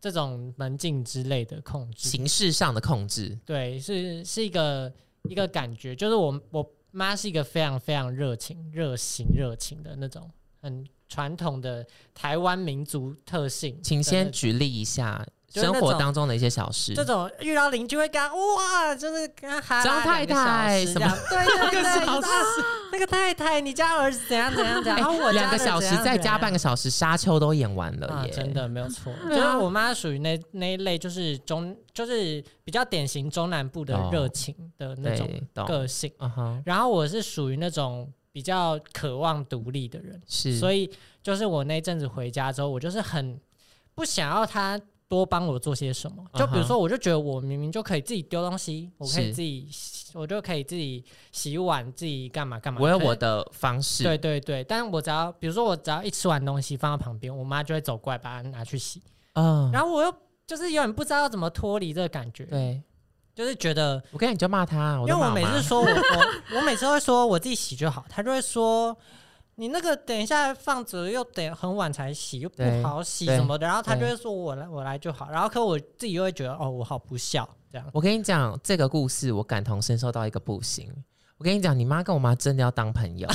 S2: 这种门禁之类的控制，
S1: 形式上的控制，
S2: 对，是是一个一个感觉，就是我我妈是一个非常非常热情、热情、热情的那种，很传统的台湾民族特性。
S1: 请先举例一下
S2: 就是那
S1: 生
S2: 种
S1: 活当中的一些小事
S2: 这。种遇到邻居会跟他哇，就是跟他哈拉
S1: 张太太
S2: 两个小时这样对对
S1: 两
S2: 对，
S1: 个小
S2: 你知道那个太太，你家儿子怎样怎样怎样，
S1: 哎
S2: 然后我
S1: 两
S2: 家
S1: 个
S2: 的
S1: 小时
S2: 怎样
S1: 再
S2: 怎
S1: 加
S2: 样
S1: 半个小时，沙丘都演完了
S2: 啊，
S1: 耶！
S2: 真，的没有错，就
S1: 对啊
S2: 是我妈属于那那一类，就是中就是比较典型中南部的
S1: 懂
S2: 热情的那种
S1: 哦对，懂。
S2: 个性，
S1: 嗯哼，
S2: 然后我是属于那种比较渴望独立的人，
S1: 是。
S2: 所
S1: 以
S2: 以就是我那阵子回家之后，我就是很不想要他多帮我做些什么。就比如
S1: 嗯
S2: 说，我就觉得我明明就可以自己丢东西，我可以
S1: 是
S2: 自己洗，我就可以自己洗碗，自己干嘛干嘛。
S1: 我有
S2: 可是
S1: 我的方式。
S2: 对对对，但我只要比如说我只要一吃完东西放到旁边，我妈就会走过来把它拿去洗，
S1: 嗯，
S2: 然后我又就是有点不知道怎么脱离这个感觉，
S1: 对，
S2: 就是觉得，
S1: 我跟你就骂他，啊我
S2: 因
S1: 就
S2: 为我
S1: 骂
S2: 每
S1: 妈
S2: 次说我我我每次会说我自己洗就好，她就会说。你那个等一下放着又得很晚才洗，又不
S1: 对
S2: 好洗
S1: 对
S2: 什么的，然后她就
S1: 对
S2: 会说我来我来就好，然后可我自己又会觉得哦我好不孝这样，
S1: 我跟你讲，这个故事我感同身受到一个不行。我跟你讲，你妈跟我妈真的要当朋友。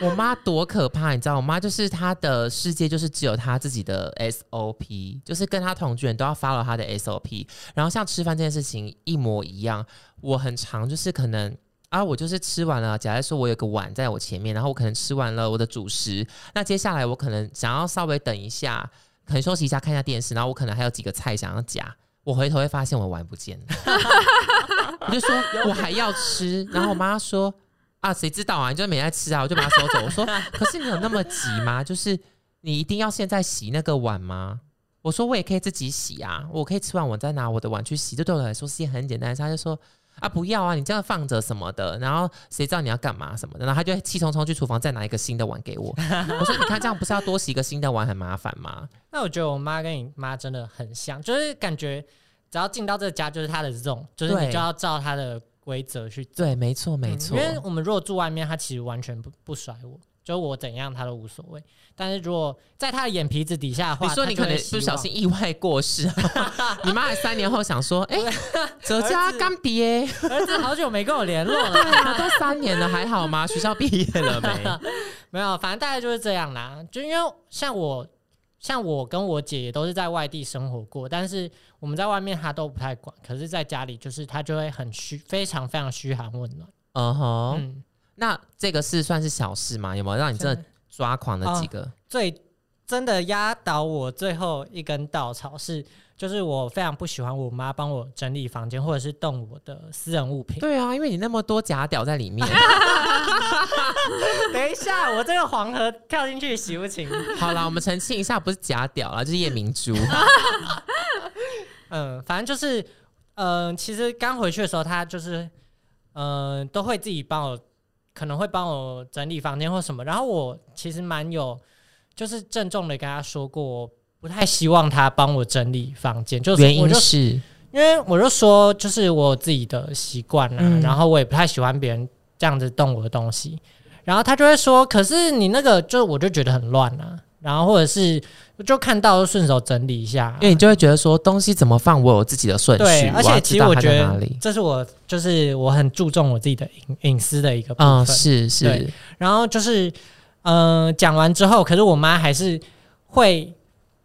S1: 我妈多可怕，你知道？我妈就是她的世界就是只有她自己的 SOP，就是跟她同居人都要 follow 她的 SOP。然后像吃饭这件事情一模一样，我很常就是可能啊，我就是吃完了，假如说我有个碗在我前面，然后我可能吃完了我的主食，那接下来我可能想要稍微等一下，可能休息一下看一下电视，然后我可能还有几个菜想要夹，我回头会发现我碗不见了， 我就说我还要吃，然后我妈说啊，谁知道啊，你就没在吃啊，我就把它收走。我说可是你有那么急吗？就是你一定要现在洗那个碗吗？我说我也可以自己洗啊，我可以吃完我再拿我的碗去洗，这对我来说是一件很简单的事。她就说啊不要啊，你这样放着什么的，然后谁知道你要干嘛什么的，然后她就会气冲冲去厨房再拿一个新的碗给我。我说你看这样不是要多洗一个新的碗很麻烦吗？
S2: 那我觉得我妈跟你妈真的很像，就是感觉只要进到这个家就是她的这种，就是
S1: 对
S2: 你就要照她的规则去走。
S1: 对，没错没
S2: 嗯
S1: 错。
S2: 因为我们如果住外面，她其实完全不不甩我，就我怎样她都无所谓。但是如果在她的眼皮子底下的话，
S1: 你说
S2: 她
S1: 你
S2: 就
S1: 可
S2: 会
S1: 能
S2: 希
S1: 不小
S2: 望
S1: 心意外过 世，你妈还三年后想说，哎、哲家刚毕业，
S2: 儿子好久没跟我联络了，
S1: 对啊，都三年了，还好吗？学校毕业了
S2: 嗯
S1: 没？
S2: 没有，反正大概就是这样啦。就因为像我，像我跟我姐也都是在外地生活过，但是我们在外面她都不太管，可是在家里就是她就会很嘘，非常非常嘘寒问暖。
S1: 嗯哼，
S2: 嗯。
S1: 那这个是算是小事吗？有没有让你真的
S2: 嗯
S1: 抓狂的几个？
S2: 最真的压倒我最后一根稻草是，就是我非常不喜欢我妈帮我整理房间或者是动我的私人物品。
S1: 对啊，因为你那么多假屌在里 面。
S2: 等一下，我这个黄河跳进去洗不清。
S1: 好啦，我们澄清一下，不是假屌啦，就是夜明 珠。
S2: 嗯，反正就是，嗯，其实刚回去的时候，他就是，嗯，都会自己帮我，可能会帮我整理房间或什么。然后我其实蛮有，就是郑重的跟他说过，我不太希望他帮我整理房间，就是
S1: 原
S2: 我
S1: 因，
S2: 就是因为我就说，就是我有自己的习惯啦，
S1: 嗯
S2: 然后我也不太喜欢别人这样子动我的东西，然后他就会说，可是你那个就我就觉得很乱啊，然后或者是就看到就顺手整理一下啊、
S1: 因为你就会觉得说东西怎么放，我有自己的顺序
S2: 对，，而
S1: 要知
S2: 且其实
S1: 道
S2: 我
S1: 它
S2: 觉
S1: 在哪
S2: 得
S1: 里。
S2: 这是我就是我很注重我自己的隐隐私的一个部
S1: 嗯，
S2: 分，
S1: 是是
S2: 对，然后就是，嗯，讲完之后，可是我妈还是会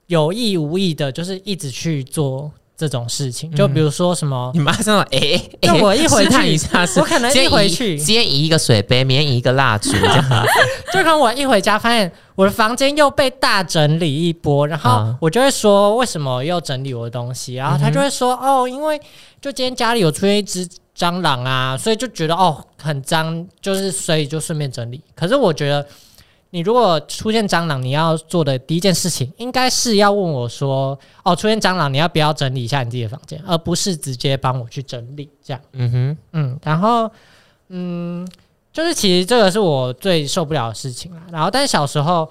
S2: 有意无意的，就是一直去做这种事情，
S1: 嗯
S2: 就比如说什么。
S1: 你妈真 的哎，
S2: 就
S1: 哎
S2: 哦我一回
S1: 试探
S2: 去
S1: 一下是
S2: 我可能
S1: 今
S2: 一
S1: 天
S2: 回
S1: 移
S2: 去，
S1: 今天移一个水杯，明天移一个蜡烛， 这样
S2: 就跟我一回家发现我的房间又被大整理一波，然后
S1: 啊
S2: 我就会说为什么又整理我的东西，然后他就会说、哦，因为就今天家里有出现一只蟑螂啊，所以就觉得哦很脏，就是所以就顺便整理。可是我觉得你如果出现蟑螂，你要做的第一件事情应该是要问我说哦出现蟑螂你要不要整理一下你自己的房间，而不是直接帮我去整理这样。
S1: 嗯哼，
S2: 嗯，然后嗯，就是其实这个是我最受不了的事情啦。然后，但是小时候，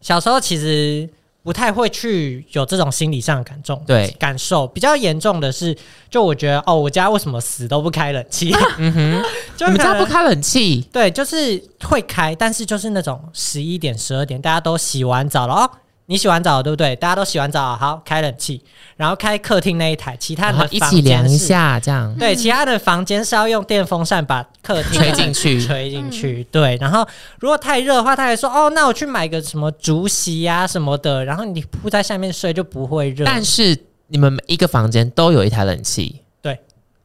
S2: 小时候其实不太会去有这种心理上的感动，
S1: 对，
S2: 感受比较严重的是，就我觉得哦，我家为什么死都不开冷气？
S1: 嗯哼，
S2: 就
S1: 你们家
S2: 可
S1: 不
S2: 能
S1: 开冷气，
S2: 对，就是会开，但是就是那种十一点、十二点，大家都洗完澡了哦。你洗完澡了对不对？大家都洗完澡了，好开冷气，然后开客厅那一台，其他
S1: 然
S2: 人
S1: 后
S2: 的
S1: 一
S2: 房
S1: 起
S2: 间
S1: 量一
S2: 是
S1: 下，这 样
S2: 对，其他的房间是要用电风扇把客
S1: 嗯
S2: 厅
S1: 吹
S2: 的
S1: 进 去
S2: 吹进去。对，然后如果太热的话，他还说哦，那我去买个什么竹席啊什么的，然后你铺在下面睡就不会热。
S1: 但是你们每一个房间都有一台冷气，
S2: 对，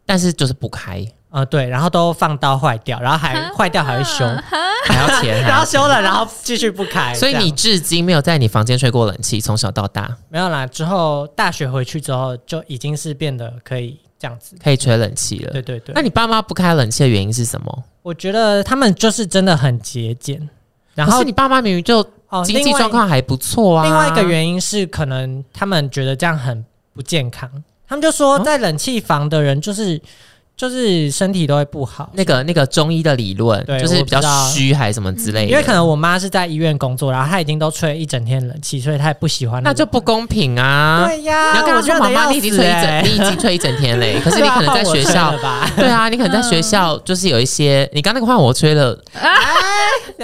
S1: 但是就是不开，
S2: 呃，对，然后都放到坏掉，然后还
S3: 啊
S2: 坏掉还 会修，
S1: 还 要钱，还
S2: 然
S1: 要
S2: 后修了，然后继续不开。
S1: 所以
S2: 这
S1: 你
S2: 样
S1: 至今没有在你房间吹过冷气，从小到大
S2: 没有啦。之后大学回去之后，就已经是变得可以这样子。
S1: 可以吹冷气了。
S2: 对对对
S1: 那，你爸妈不开冷气的原因是什么？
S2: 我觉得他们就是真的很节俭。然
S1: 然后
S2: 后
S1: 你爸妈明明就
S2: 哦，
S1: 经济
S2: 另外
S1: 状况还不错啊。
S2: 另外一个原因是，可能他们觉得这样很不健康，他们就说
S1: 哦
S2: 在冷气房的人就是、就是身体都会不好。
S1: 那个那个中医的理论，
S2: 对
S1: 就是比较
S2: 我知道
S1: 虚还是什么之类的，
S2: 因为可能我妈是在医院工作，然后她已经都吹一整天冷气，所以她也不喜欢
S1: 那
S2: 个
S1: 就不公平啊。
S2: 对呀。
S1: 你要跟
S2: 我
S1: 他
S2: 觉
S1: 说，
S2: 得
S1: 妈妈，
S2: 要
S1: 你已经
S2: 死
S1: 吹一整，
S2: 欸
S1: 你已经吹一整天 嘞。可是你可能在学
S2: 对啊换
S1: 校
S2: 我吹了，吧？
S1: 对啊，你可能在学校就是有一些，你刚那个换我吹了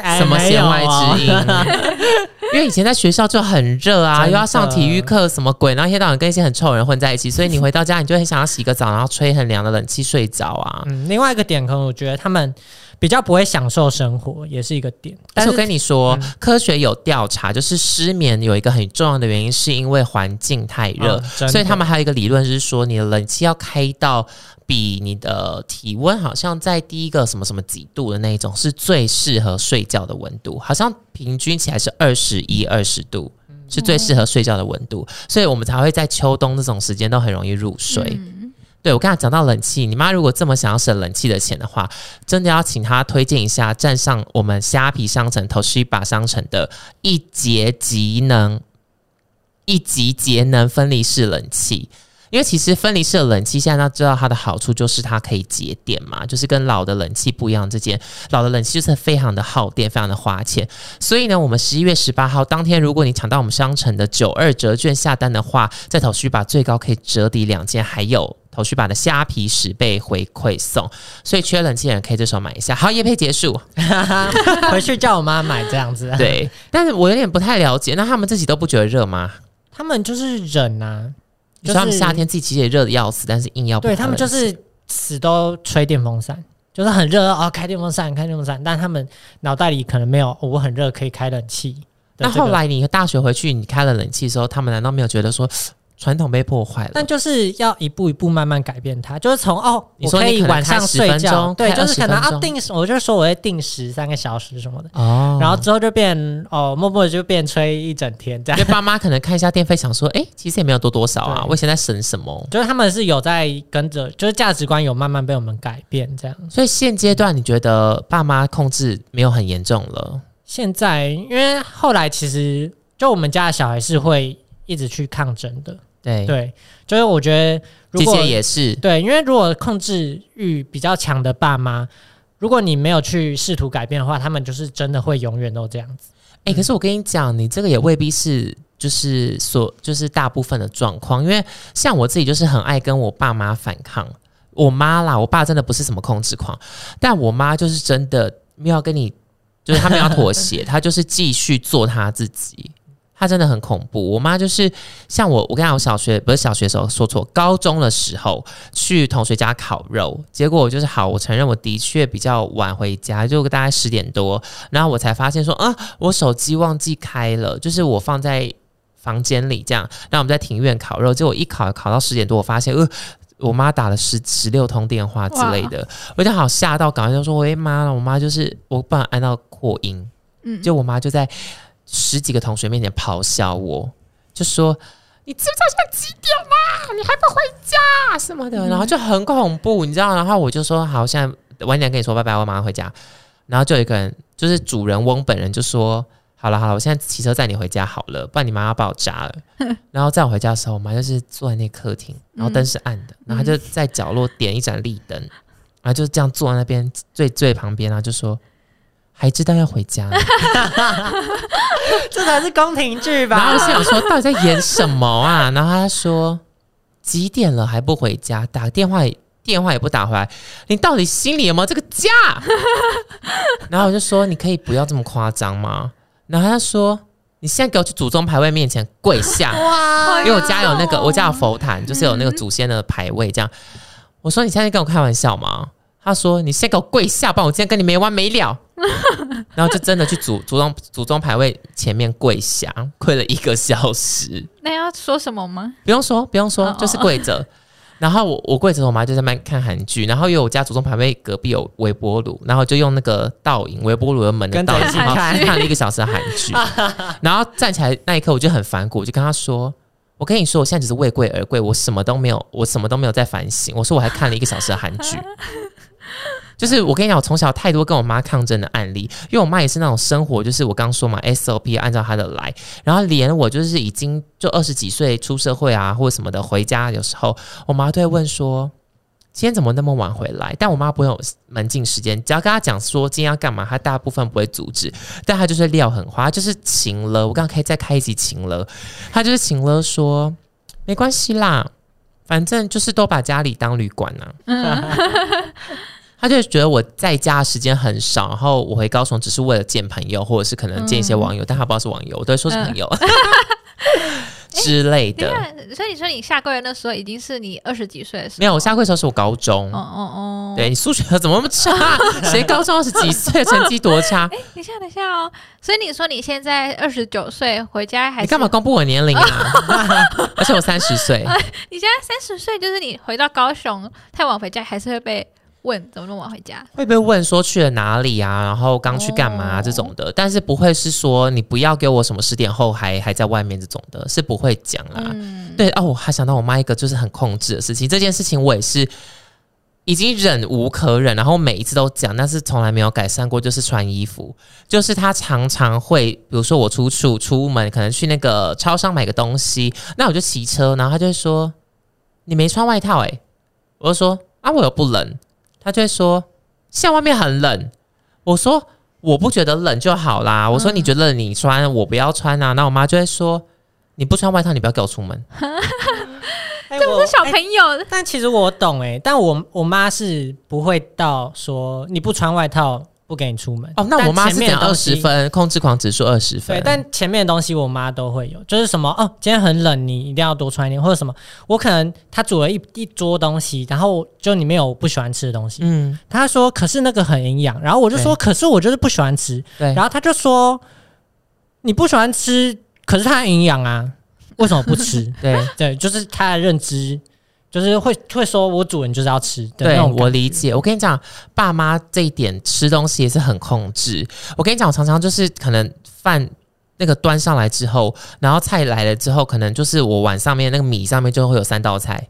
S2: 哎
S1: 什么
S2: 没
S1: 弦
S2: 有
S1: 外
S2: 哦
S1: 之音？ 因为以前在学校就很热啊，
S2: 真
S1: 又
S2: 的
S1: 要上体育课，什么鬼，然后一天到晚跟一些很臭的人混在一起，所以你回到家，你就很想要洗个澡，然后吹很凉的冷气睡着啊。
S2: 嗯，另外一个点，可能我觉得他们比较不会享受生活，也是一个点。
S1: 但
S2: 但
S1: 是
S2: 是
S1: 我跟你说，
S2: 嗯
S1: 科学有调查，就是失眠有一个很重要的原因，是因为环境太热
S2: 嗯，真
S1: 所以他
S2: 的
S1: 们还有一个理论是说，你的冷气要开到比你的体温好像在第一个什么什么几度的那一种，是最适合睡觉的温度，好像平均起来是二十一、二十度。是最适合睡觉的温度，所以我们才会在秋冬这种时间都很容易入睡。
S3: 嗯
S1: 对我刚才讲到冷气，你妈如果这么想要省冷气的钱的话，真的要请她推荐一下站上我们虾皮商城、Toshiba 商城的一节节能、一级节能分离式冷气。因为其实分离式的冷气，现在大家知道它的好处就是它可以节电嘛，就是跟老的冷气不一样。这件老的冷气就是非常的耗电，非常的花钱。所以呢，我们十一月十八号当天，如果你抢到我们商城的九二折券下单的话，在头须把最高可以折抵两件，还有头须把的虾皮十倍回馈送。所以缺冷气的人可以这时候买一 下。好，夜配结束。
S2: 回去叫我妈买这样 子。，
S1: 对，但是我有点不太了解，那他们自己都不觉得热吗？
S2: 他们就是忍啊，
S1: 你
S2: 就
S1: 说
S2: 是
S1: 他们夏天自己其实也热的要死，但是硬哦要不
S2: 对
S1: 开
S2: 他们就
S1: 冷气
S2: 是死都吹电风扇，就是很热哦，开电风扇，开电风扇，但他们脑袋里可能没有、哦我很热可以开冷气的
S1: 那
S2: 这个。
S1: 后来你大学回去，你开了冷气的时候，他们难道没有觉得说传统被破坏了。
S2: 但就是要一步一步慢慢改变它，就是从哦，
S1: 你
S2: 我
S1: 说
S2: 可
S1: 你
S2: 以
S1: 可能
S2: 晚
S1: 开
S2: 上
S1: 10
S2: 睡
S1: 分
S2: 觉
S1: 钟，
S2: 对，
S1: 开
S2: 就是
S1: 20
S2: 可能
S1: 分
S2: 要
S1: 钟
S2: 定时，我就说我会定时三个小时什么的，
S1: 哦，
S2: 然后之后就变哦，默默地就变吹一整天这
S1: 因
S2: 样
S1: 为，爸妈可能看一下电费，想说，哎、其实也没有多多少啊，
S2: 对
S1: 我以前在省什么？
S2: 就是他们是有在跟着，就是价值观有慢慢被我们改变这样。
S1: 所以现阶段你觉得爸妈控制没有很严重了？
S2: 现在因为后来其实就我们家的小孩是会一直去抗争的，
S1: 对，
S2: 对，就是我觉得如
S1: 姐
S2: 果嗯
S1: 姐也是，
S2: 对，因为如果控制欲比较强的爸妈，如果你没有去试图改变的话，他们就是真的会永远都这样子。
S1: 哎、可是我跟你讲，你这个也未必是就是所就是大部分的状况，因为像我自己就是很爱跟我爸妈反抗。我妈啦，我爸真的不是什么控制狂，但我妈就是真的没有要跟你，就是她没有要妥协，她就是继续做她自己。她真的很恐怖，我妈就是像我，我跟你讲，我小学不是小学的时候说错，高中的时候去同学家烤肉，结果我就是好，我承认我的确比较晚回家，就大概十点多，然后我才发现说啊，我手机忘记开了，就是我放在房间里这样，然后我们在庭院烤肉，结果一烤烤到十点多，我发现呃。我妈打了十十六通电话之类的，我就好吓到，赶快就说：“喂妈了！”我妈就是我不然按到扩音，
S3: 嗯，
S1: 就我妈就在十几个同学面前咆哮我，就说：“你知不知道现在几点啦、你还不回家什么的？”然后就很恐怖，你知道？然后我就说：“好，现在晚一点跟你说拜拜，我马上回家。”然后就有一个人，就是主人翁本人就说：“好了好了，我现在骑车载你回家好了，不然你妈要把我炸了。”然后载我回家的时候，我妈就是坐在那客厅，然后灯是暗的，然后她就在角落点一盏立灯，然后就这样坐在那边最最旁边，然后就说：“还知道要回家了。”
S2: 这才是宫廷剧
S1: 然后
S2: 吧
S1: 我？想说，到底在演什么啊？然后他说几点了还不回家，打电话也电话也不打回来，你到底心里有没有这个家？ 然后我就说，你可以不要这么夸张吗？然后他说，你现在给我去祖宗牌位面前跪下。
S2: 哇
S1: 啊因为我家有那个，
S3: 哦
S1: 我家有佛坛，就是有那个祖先的牌位这样。我说你现在跟我开玩笑吗？他说你先给我跪下，不然我今天跟你没完没了。 然后就真的去祖祖宗祖宗牌位前面跪下，跪了一个小时，
S3: 那要说什么吗？
S1: 不用说不用说
S3: 哦，
S1: 就是跪着。然后我我跪着，我妈就在那边看韩剧，然后因为我家祖宗牌位隔壁有微波炉，然后就用那个倒影微波炉的门的
S2: 跟着
S1: 倒影，
S2: 一起
S1: 然后
S2: 看
S1: 看了一个小时的韩 剧。然后站起来那一刻，我就很反骨，我就跟他说：“我跟你说，我现在只是为贵而贵，我什么都没有，我什么都没有在反省。”我说我还看了一个小时的韩 剧。就是我跟你讲，我从小太多跟我妈抗争的案例，因为我妈也是那种生活，就是我刚说嘛，SOP 按照她的来，然后连我就是已经就二十几岁出社会啊或者什么的，回家有时候我妈都会问说。今天怎么那么晚回来？但我妈不会有门禁时间，只要跟她讲说今天要干嘛，她大部分不会阻止。但他就是料很花，他就是情了。我刚刚可以再开一集情了，他就是情了说没关系啦，反正就是都把家里当旅馆啊。
S3: 嗯，
S2: 哎
S1: 他就觉得我在家的时间很少，然后我回高雄只是为了见朋友，或者是可能见一些
S3: 嗯
S1: 网友，但他不知道是网友，我都会说是 朋友、之类
S3: 因
S1: 的。
S3: 为嗯哎所以你说你下跪的那时候已经是你二十几岁的时候，
S1: 没有，我下跪的时候是我高中。
S3: 哦哦哦，
S1: 对你数学怎么那么 差？谁高中二十几岁成绩多差？
S3: 哎，等一下，等一下哦。所以你说你现在二十九岁回家哎还
S1: 你
S3: 是哎
S1: 干嘛？公布我年龄啊？ 而且我三十岁。
S3: 你现在三十岁，就是你回到高雄太晚回家，还是会被问怎么那么晚回家？
S1: 会被问说去了哪里啊，然后刚去干嘛啊、
S3: 哦
S1: 这种的，但是不会是说你不要给我什么十点后还还在外面这种的，是不会讲啦。
S3: 嗯，
S1: 对哦，我还想到我妈一个就是很控制的事情，这件事情我也是已经忍无可忍，然后每一次都讲，但是从来没有改善过，就是穿衣服，就是她常常会，比如说我出去出门，可能去那个超商买个东西，那我就骑车，然后她就会说你没穿外套哎、我就说啊我又不冷，她就会说现在外面很冷，我说。我不觉得冷就好啦。我说你觉得冷你穿，我不要穿啊。那我妈就会说，你不穿外套，你不要给我出门。
S2: 这
S3: 这小朋友，
S2: 但其实我懂哎、但我我妈是不会到说你不穿外套不给你出门
S1: 哦，那
S2: 但
S1: 我妈是
S2: 前面
S1: 讲
S2: 的
S1: 二
S2: 东
S1: 十
S2: 西
S1: 分，控制狂指数二十分
S2: 对，。但前面的东西我妈都会有，就是什么哦，今天很冷，你一定要多穿一点，或者什么，我可能她煮了一一桌东西，然后就里面有我不喜欢吃的东西，
S1: 嗯，
S2: 她说可是那个很营养，然后我就说可是我就是不喜欢吃，
S1: 对
S2: 然后她就说你不喜欢吃，可是它很营养啊，为什么不吃？
S1: 对
S2: 对，就是他的认知，就是会会说我主人就是要吃的那
S1: 对，
S2: 种感
S1: 我理
S2: 觉。
S1: 解。我跟你讲，爸妈这一点吃东西也是很控制。我跟你讲，我常常就是可能饭。那个端上来之后，然后菜来了之后，可能就是我碗上面那个米上面就会有三道 菜，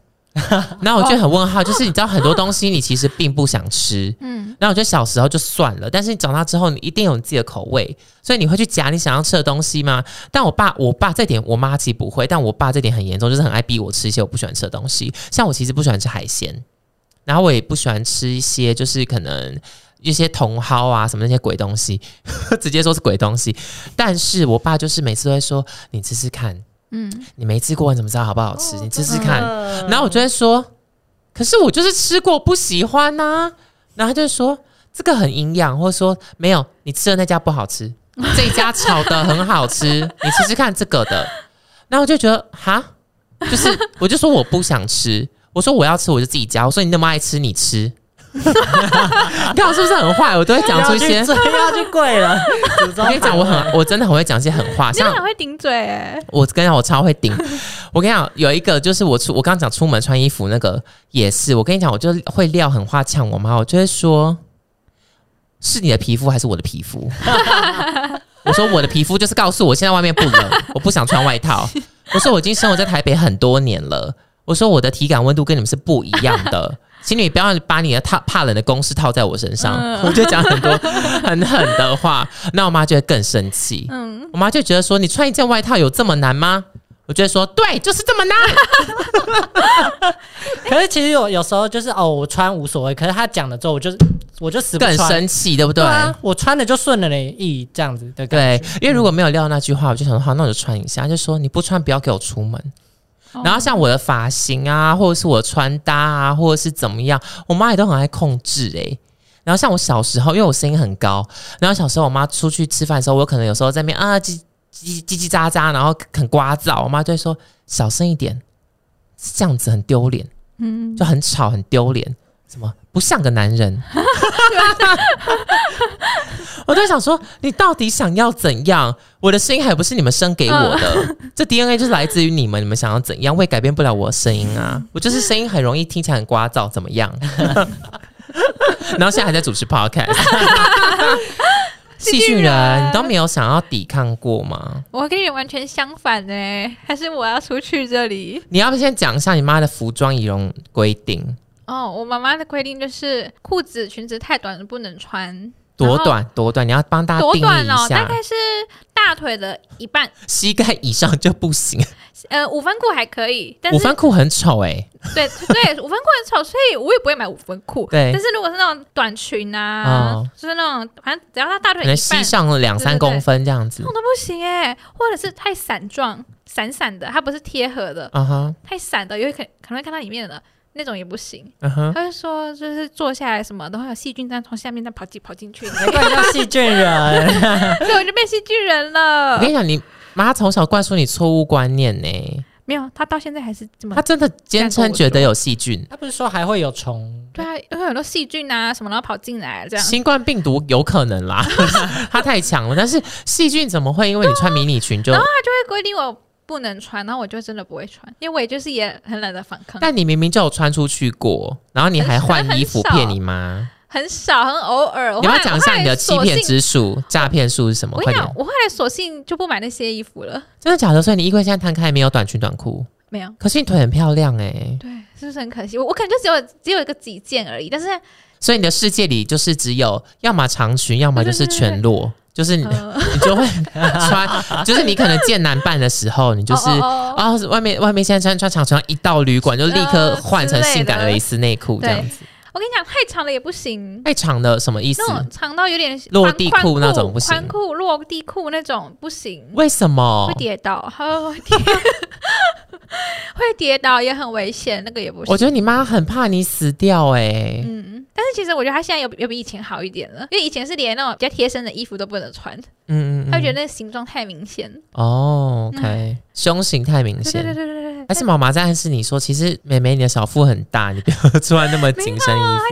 S1: 那我就很问号，就是你知道很多东西你其实并不想吃，
S3: 嗯，
S1: 那我觉得小时候就算了，但是你长大之后，你一定有你自己的口味，所以你会去夹你想要吃的东西吗？但我爸，我爸这点我妈其实不会，但我爸这点很严重，就是很爱逼我吃一些我不喜欢吃的东西。像我其实不喜欢吃海鲜，然后我也不喜欢吃一些就是可能一些茼蒿啊什么那些鬼东西， 直接说是鬼东西。但是我爸就是每次都会说：“你吃吃看，
S3: 嗯，
S1: 你没吃过你怎么知道好不好
S2: 哦
S1: 吃？你吃吃看。”
S2: 嗯
S1: 然后我就会说，可是我就是吃过不喜欢呐、然后他就说这个很营养，或者说没有你吃的那家不好 吃，这家炒的很好吃，你吃吃看这个的。然后我就觉得哈，就是我就说我不想吃，我说我要吃我就自己夹，我说你那么爱吃你吃。 你看我是不是很坏？我都会讲出一些
S2: 要去， 追要去跪 了。
S1: 我跟你讲，我很我真的很会讲一些狠话，
S3: 你真
S1: 像
S3: 的很会顶嘴哎、
S1: 我跟你讲，我超会顶。我跟你讲，有一个就是我出，我刚刚讲出门穿衣服那个也是。我跟你讲，我就会撂狠话呛我妈，我就会说，是你的皮肤还是我的皮肤？ 我说我的皮肤就是告诉我现在外面不冷，我不想穿外套。我说我已经生活在台北很多年了，我说我的体感温度跟你们是不一样的。请你不要把你的怕怕冷的公式套在我身上，
S3: 嗯
S1: 我就讲很多很狠的话，那我妈就会更生气。
S3: 嗯，
S1: 我妈就觉得说，你穿一件外套有这么难吗？我就会说，对，就是这么难。
S2: 可是其实有有时候就是哦，我穿无所谓。可是他讲了之后，我就我就死不
S1: 更
S2: 穿。
S1: 生气，对不对？
S2: 啊，我穿了就顺了嘞，咦，这样子的感
S1: 对
S2: 觉。，
S1: 因为如果没有撂那句话，我就想说好，那我就穿一下。她就说你不穿不要给我出门。
S2: 哦
S3: 哦
S1: 然后像我的发型啊，或者是我的穿搭啊，或者是怎么样，我妈也都很爱控制哎、然后像我小时候，因为我声音很高，然后小时候我妈出去吃饭的时候，我可能有时候在那边啊叽叽叽叽喳喳，然后很聒啊噪，我妈就会说小声一点，这样子很丢脸。
S3: 嗯，
S1: 就很吵很丢脸，什么不像个男人。 我就想说，你到底想要怎样？我的声音还不是你们生给我的，这 DNA 就是来自于你们，你们想要怎样，我也改变不了我的声音啊。我就是声音很容易听起来很聒噪，怎么样？ 然后现在还在主持 podcast，戏剧人，你都没有想要抵抗过吗？
S3: 我跟你完全相反哎、还是我要出去这里？
S1: 你要不先讲一下你妈的服装仪容规定，
S3: 哦，我妈妈的规定就是裤子、裙子太短了不能穿，
S1: 多
S3: 然后
S1: 短多短，你要帮大家
S3: 多
S1: 定义
S3: 短
S1: 一
S3: 哦，
S1: 下。
S3: 大概是大腿的一半，
S1: 膝盖以上就不行。
S3: 呃，五分裤还可以，但
S1: 五
S3: 是
S1: 分裤很丑哎、
S3: 对 对，五分裤很丑，所以我也不会买五分裤。
S1: 对
S3: 但是如果是那种短裙啊，
S1: 哦
S3: 就是那种反正只要它大腿
S1: 可
S3: 一半，
S1: 能膝上了两
S3: 对
S1: 三
S3: 对对
S1: 公分这样子
S3: 那。种都不行哎、或者是太散状、散散的，它不是贴合的，
S1: 嗯哼，
S3: 太散的，有可可能会看到里面的那种也不行。
S1: 嗯哼，
S3: 他就说，就是坐下来什么，都会有细菌这样从下面再跑进跑进去，
S2: 难怪叫细菌人。
S3: 所以我就变细菌人
S1: 我跟你。
S3: 了
S1: 讲，你妈从小灌输你错误观念呢、
S3: 没有，他到现在还是这么
S1: 她。真的坚
S3: 这样跟
S1: 称
S3: 我
S1: 觉得有细菌。
S2: 他不是说还会有虫？
S3: 对啊，会有很多细菌啊什么，然后跑进来这样。
S1: 新冠病毒有可能啦， 它太强了。但是细菌怎么会因为你穿迷你裙就？
S3: 会规定我不能穿，然后我就真的不会穿，因为我也就是也很懒得反抗，
S1: 但你明明就有穿出去过，然后你还换衣服
S3: 很少
S1: 骗你妈。
S3: 很少，很偶尔。
S1: 你要不
S3: 我
S1: 要
S3: 后来
S1: 讲一下你的欺骗。之术、诈骗术是什么？
S3: 我后来
S1: 快
S3: 索性我跟你
S1: 点
S3: 讲，！我后来索性就不买那些衣服了，
S1: 真的假的？所以你衣柜现在摊开没有短裙短裤，
S3: 没有。
S1: 可是你腿很漂亮哎、
S3: 对，是不是很可惜？我我可能就只有只有一个几件而已，但是
S1: 所以你的世界里就是只有要么长裙，要么就是全裸，就是你
S3: 呃，
S1: 你就会 穿，就是你可能见男伴的时候，你就是。
S3: 哦哦哦
S1: 啊、外面外面现在穿穿长裙，一到旅馆就立刻
S3: 呃
S1: 换成
S3: 之类
S1: 性感
S3: 的
S1: 蕾丝内裤这样子。
S3: 我跟你讲，太长了也不行，
S1: 太长的什么意思？
S3: 那种长到有点
S1: 哎落地
S3: 宽
S1: 裤那种不行
S3: 宽裤、落地裤那种不行，
S1: 为什么
S3: 会？跌倒，会跌， 会跌倒也很危险，那个也不行。
S1: 我觉得你妈很怕你死掉哎、
S3: 嗯，但是其实我觉得他现在有有比以前好一点了，因为以前是连那种比较贴身的衣服都不能穿，
S1: 嗯嗯嗯，
S3: 他会觉得那个形状太明显。
S1: 哦，OK，、胸型太明
S3: 对对对
S1: 显。
S3: 对对对对，哦
S1: 还是妈妈在暗示你说，其实妹妹你的小腹很大，你不要穿那么紧身衣
S3: 啊
S1: 服。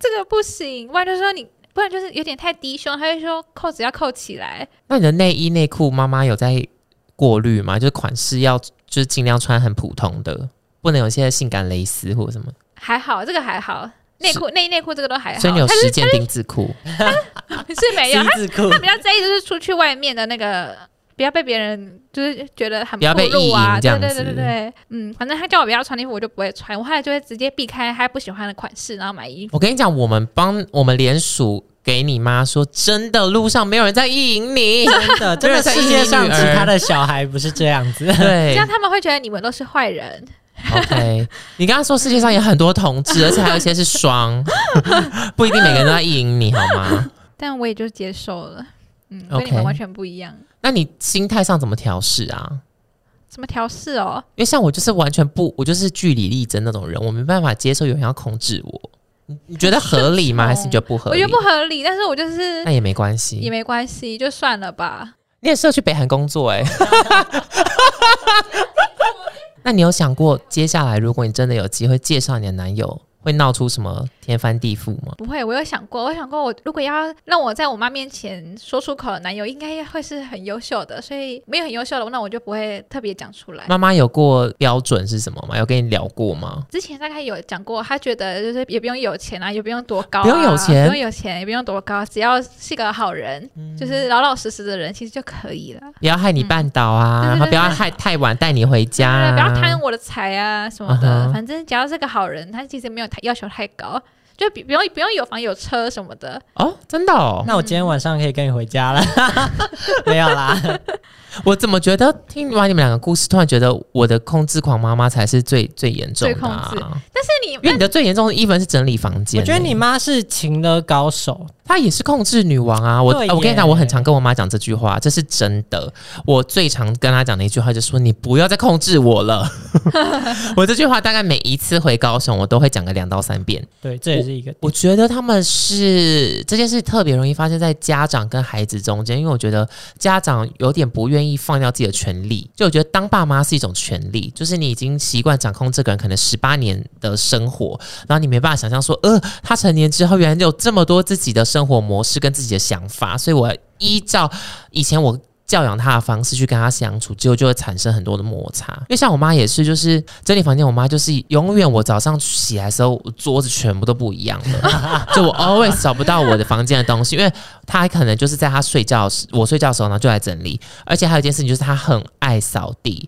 S3: 这个不行，不然就说你，不然就是有点太低胸，他会说扣子要扣起来。
S1: 那你的内衣内裤，妈妈有在过滤吗？就是款式要就是尽量穿很普通的，不能有一些性感蕾丝或者什么。
S3: 还好，这个还好，内裤内内裤这个都哎还好，
S1: 所以你有
S3: 他是
S1: 十件丁字裤，
S3: 是没有，他
S2: 字裤
S3: 他比较在意就是出去外面的那个，不要被别人就是觉得很
S1: 不要被
S3: 暴露啊，
S1: 意淫这
S3: 对
S1: 样
S3: 对对
S1: 子
S3: 对对，嗯，反正他叫我不要穿衣服，我就不会穿，我后来就会直接避开他不喜欢的款式，然后买衣服。
S1: 我跟你讲，我们帮我们联署给你妈说，真的路上没有人在意淫 你，
S2: 真的，这
S1: 真的
S2: 个
S1: 是
S2: 世
S1: 一
S2: 界
S1: 女
S2: 上其
S1: 儿
S2: 他的小孩不是这样子。
S3: 这
S1: 对
S3: 样他们会觉得你们都是坏人，
S1: ，OK。你刚刚说世界上有很多同志，而且还有一些是双，不一定每个人都在意淫你，好吗？
S3: 但我也就接受了，嗯，跟你们
S1: OK
S3: 完全不一样。
S1: 那你心态上怎么调试啊？
S3: 怎么调试哦？
S1: 因为像我就是完全不，我就是据理力争那种人，我没办法接受有人要控制我。你你觉得合理吗？ 还
S3: 很
S1: 是你觉得不合
S3: 我
S1: 理？哎
S3: 觉得不合理，但是我就是
S1: 那也没关系，
S3: 也没关系，就算了吧。
S1: 你也适合去北韩工作哎、 那你有想过，接下来如果你真的有机会介绍你的男友，会闹出什么天翻地覆吗？
S3: 不会，我有想过，我想过，我如果要让我在我妈面前说出口的男友，应该会是很优秀的，所以没有很优秀的，那我就不会特别讲出来。
S1: 妈妈有过标准是什么吗？有跟你聊过吗？
S3: 之前大概有讲过，她觉得就是也不用有钱啊，也不用多高、啊，
S1: 不用有钱嗯
S3: 不用有钱，也不用多高，只要是个好人，就是老老实实的人，其实就可以了。
S1: 不要害你绊倒啊，
S3: 嗯对对对
S1: 然后不要害太晚带你回家、
S3: 对
S1: 啊，
S3: 不要贪我的财啊什么的。
S1: 嗯哼
S3: 反正只要是个好人，他其实没有太要求太高，就比不用不用有房有车什么的。
S1: 哦，真的哦，
S2: 那我今天晚上可以跟你回家了，没有啦，
S1: 我怎么觉得听完你们两个故事，突然觉得我的控制狂妈妈才是最最严重的、啊，
S3: 最控但是你
S1: 因为你的最严重的一分是整理房间、
S2: 我觉得你
S1: 欸
S2: 妈是情勒高手，
S1: 她也是控制女王啊！我
S2: 对
S1: 呃我跟你
S2: 耶
S1: 讲，我很常跟我妈讲这句话，这是真的。我最常跟她讲的一句话就是说：“你不要再控制我了。” 我这句话大概每一次回高雄，我都会讲个两到三遍。
S2: 对，这也是一个
S1: 我觉得他们是这件事特别容易发生在家长跟孩子中间，因为我觉得家长有点不愿意放掉自己的权利。就我觉得当爸妈是一种权利，就是你已经习惯掌控这个人可能十八年的生活，然后你没办法想象说，呃，他成年之后原来有这么多自己的生活模式跟自己的想法，所以我依照以前我。教养他的方式去跟他相处，结果就会产生很多的摩擦。因为像我妈也是，就是整理房间，我妈就是永远我早上起来的时候，我桌子全部都不一样了， 就我 always 找不到我的房间的东西，因为她可能就是在她睡觉时，我睡觉的时候呢就来整理，而且还有一件事情就是她很爱扫地。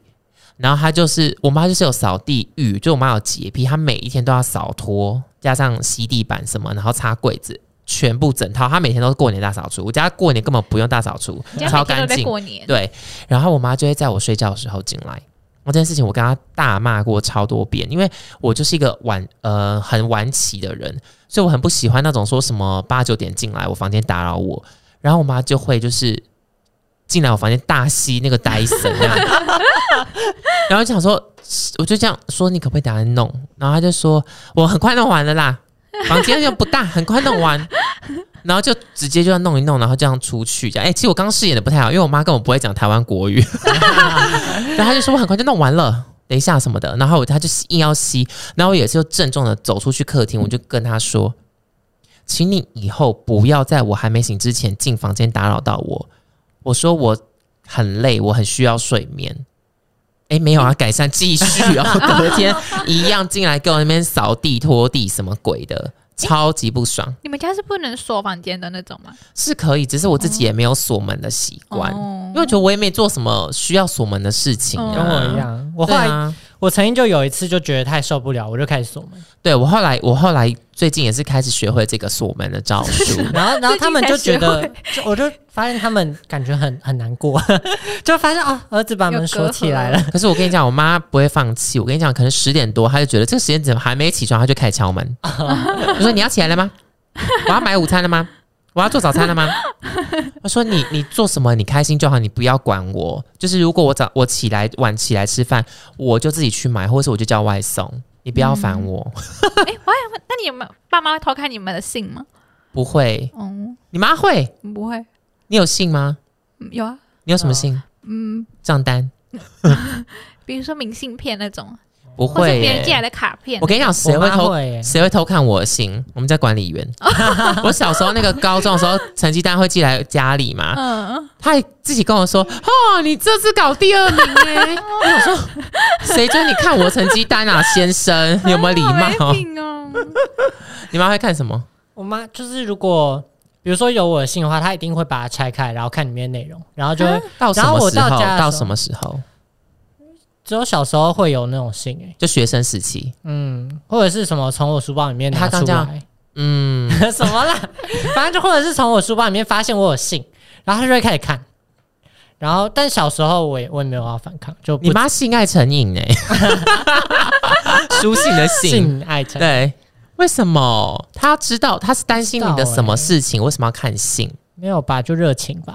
S1: 然后她就是我妈，就是有扫地欲，就我妈有洁癖，她每一天都要扫拖，加上吸地板什么，然后擦柜子，全部整套。她每天都是过年大扫除，我家过年根本不用大扫除，
S3: 你家
S1: 超
S3: 每天都
S1: 干
S3: 在
S1: 净。
S3: 过年，
S1: 对，然后我妈就会在我睡觉的时候进来。我这件事情我跟她大骂过超多遍，因为我就是一个晚呃很晚起的人，所以我很不喜欢那种说什么八九点进来我房间打扰我，然后我妈就会就是进来我房间大吸那个呆神那样， 然后就想说，我就这样说你可不可以等下弄，然后她就说我很快弄完了啦，房间又不大，很快弄完，然后就直接就要弄一弄，然后这样出去这样。哎、其实我刚饰演的不太好，因为我妈根本不会讲台湾国语， 然后她就说我很快就弄完了。等一下什么的，然后我她就硬要吸，然后我也是就郑重的走出去客厅，我就跟她说：“请你以后不要在我还没醒之前进房间打扰到我。”我说我很累，我很需要睡眠。哎，没有啊，改善继续哦，隔天一样进来给我那边扫地拖地什么鬼的，超级不爽。
S3: 你们家是不能锁房间的那种吗？
S1: 是可以，只是我自己也没有锁门的习惯，
S3: 哦
S1: 因为我觉得我也没做什么需要锁门的事情、啊
S3: 嗯
S2: 跟我一。样。我
S1: 我
S2: 后
S1: 对
S2: 来、
S1: 啊，
S2: 我曾经就有一次就觉得太受不了，我就开始锁门，。
S1: 对我后来我后来最近也是开始学会这个锁门的招 数
S2: 然后然后他们就觉得
S3: 最，
S2: 就我就发现他们感觉很很难过， 就发现啊、儿子把门
S3: 有
S2: 锁
S3: 隔
S2: 起
S3: 阂
S2: 来了，
S1: 可是我跟你讲，我妈不会放弃。我跟你讲，可能十点多，她就觉得这个时间怎么还没起床，她就开始敲 门。我说：“你要起来了吗？我要买午餐了吗？我要做早餐了吗？” 我说你：“你做什么？你开心就好，你不要管我。就是如果我早我起来晚起来吃饭，我就自己去买，或者是我就叫外送，你不要烦我。
S3: 嗯那你有没有爸妈会偷看你们的信吗？
S1: 不会，
S3: 嗯，
S1: 你妈会。
S3: 不会，
S1: 你有信吗？
S3: 嗯有啊，
S1: 你有什么信？
S3: 嗯，
S1: 账单。
S3: 比如说明信片那种，
S1: 不
S3: 或
S1: 会
S3: 是别人
S1: 耶、
S3: 寄来的卡片
S1: 我。跟你讲， 谁
S2: 我
S1: 会
S2: 妈
S1: 偷？
S2: 会耶
S1: 谁会偷看我的信？我们家管理 员。我小时候那个高中的时候，成绩单会寄来家里嘛，
S3: 嗯，
S1: 他还自己跟我说：“哦，你这次搞第二名 哎、我想说，谁准你看我成绩单啊，先 生？你有没有礼
S2: 哎
S3: 好
S1: 貌
S3: 没？品哦。
S1: 你妈会看什么？
S2: 我妈就是如果比如说有我的信的话，她一定会把它拆开，然后看里面内容，然后就会
S1: 到什
S2: 啊然后
S1: 么
S2: 我
S1: 时
S2: 到
S1: 候？
S2: 家的
S1: 到
S2: 时
S1: 什
S2: 候
S1: 么时候？
S2: 只有小时候会有那种信哎、
S1: 就学生时期。
S2: 嗯，或者是什么从我书包里面 拿
S1: 她刚
S2: 出
S1: 这样
S2: 来，
S1: 嗯，
S2: 什么啦，反正就或者是从我书包里面发现我有信，然后他就会开始看。然后，但小时候我也我也没有要反抗，就
S1: 你
S2: 不
S1: 妈性爱成瘾哎、 书信的信，
S2: 性爱成。
S1: 对。为什么她知道她是担心你的什么
S2: 不知道欸
S1: 事情？为什么要看信？
S2: 没有吧，就热情吧。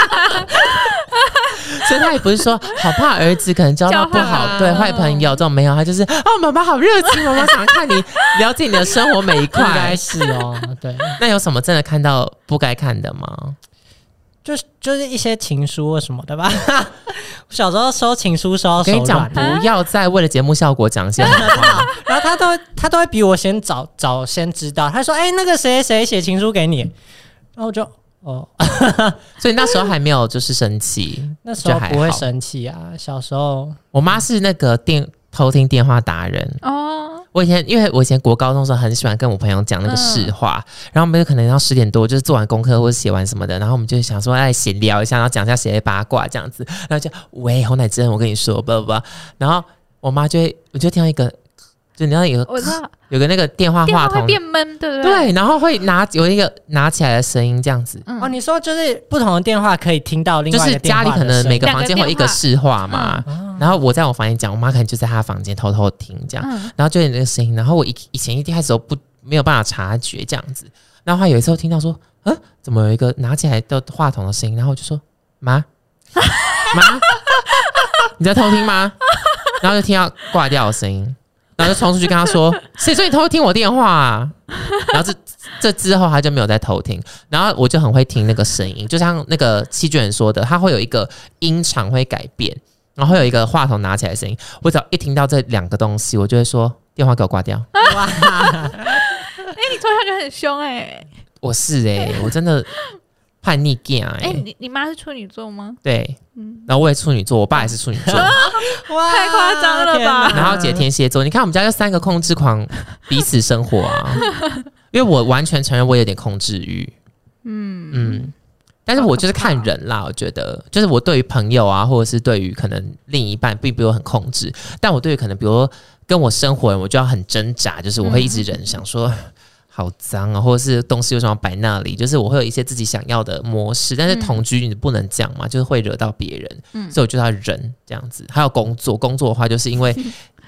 S1: 所以她也不是说好怕儿子可能交到不
S3: 交坏
S1: 好
S3: 啊
S1: 对坏朋友这种没有，她就是哦，妈妈好热情，妈妈想看你了解你的生活每一
S2: 应该
S1: 块。
S2: 是哦，对，
S1: 那有什么真的看到不该看的吗？
S2: 哦就是就是一些情书或什么的吧。 我小时候收情书收到
S1: 我
S2: 手
S1: 跟你讲，
S2: 软
S1: 不
S2: 了，
S1: 要再为了节目效果讲一些 好话。
S2: 然后他都会他都会比我先早早先知道。他说：“哎、那个谁谁写情书给你。”然后我就哦，
S1: 所以那时候还没有就是生气。
S2: 那时候
S1: 就还
S2: 不会
S1: 好
S2: 生气啊，小时候
S1: 我妈是那个电偷听电话达人。
S3: 哦，
S1: 我以前因为我以前国高中的时候很喜欢跟我朋友讲那个市话，然后我们就可能要十点多就是做完功课或者写完什么的，然后我们就想说哎闲聊一下，然后讲一下谁的八卦这样子，然后就喂侯乃真，我跟你说不不不，然后我妈就会我就听到一个，就你知道有个
S3: 我知道，
S1: 有个那个电话
S3: 电
S1: 话
S3: 话会
S1: 筒，
S3: 变闷，对不对？对，
S1: 对，然后会拿有一个拿起来的声音这样子，
S2: 哦，
S3: 嗯，
S2: 你说就是不同的电话可以听到另
S1: 就
S2: 外一
S1: 是
S2: 个
S1: 家
S2: 电
S1: 里
S2: 话
S1: 可
S2: 的
S1: 能
S2: 声
S1: 每
S2: 音
S1: 个
S3: 两
S1: 房
S3: 个
S1: 间会有一
S3: 电
S1: 个
S3: 话
S1: 市话嗯嘛，
S2: 啊
S1: 然后我在我房间讲，我妈可能就在她房间偷偷听这样，
S3: 嗯，
S1: 然后就有那个声音，然后我以以前一开始都不没有办法察觉这样子，然后她有一次我听到说，嗯、怎么有一个拿起来的话筒的声音，然后我就说妈妈，你在偷听吗？然后就听到挂掉的声音，然后就冲出去跟她说，谁说你偷听我电话啊？然后这这之后她就没有再偷听，然后我就很会听那个声音，就像那个七卷人说的，它会有一个音场会改变。然后会有一个话筒拿起来的声音，我只要一听到这两个东西，我就会说电话给我挂掉。
S3: 哎，你从小就很凶哎，
S1: 我是哎、 我真的叛逆 gay 哎、
S3: 哎，你你妈是处女座吗？
S1: 对，
S3: 嗯，
S1: 然后我也处女座，我爸也是处女 座，
S2: 哇
S3: 太夸张了吧
S1: 然后姐，天蝎座。你看我们家就三个控制狂彼此生活 啊，因为我完全承认我有点控制欲，
S3: 嗯哦
S1: 嗯，但是我就是看人啦，我觉得就是我对于朋友啊，或者是对于可能另一半，并不用很控制，但我对于可能比如说跟我生活的人，我就要很挣扎，就是我会一直忍，想
S3: 嗯
S1: 说。 好脏啊，或者是东西为什么要摆那里？就是我会有一些自己想要的模式，但是
S3: 嗯
S1: 同居你不能这样嘛，就是会惹到别人，
S3: 嗯
S1: 所以我就要忍这样子。还有工作，工作的话，就是因 为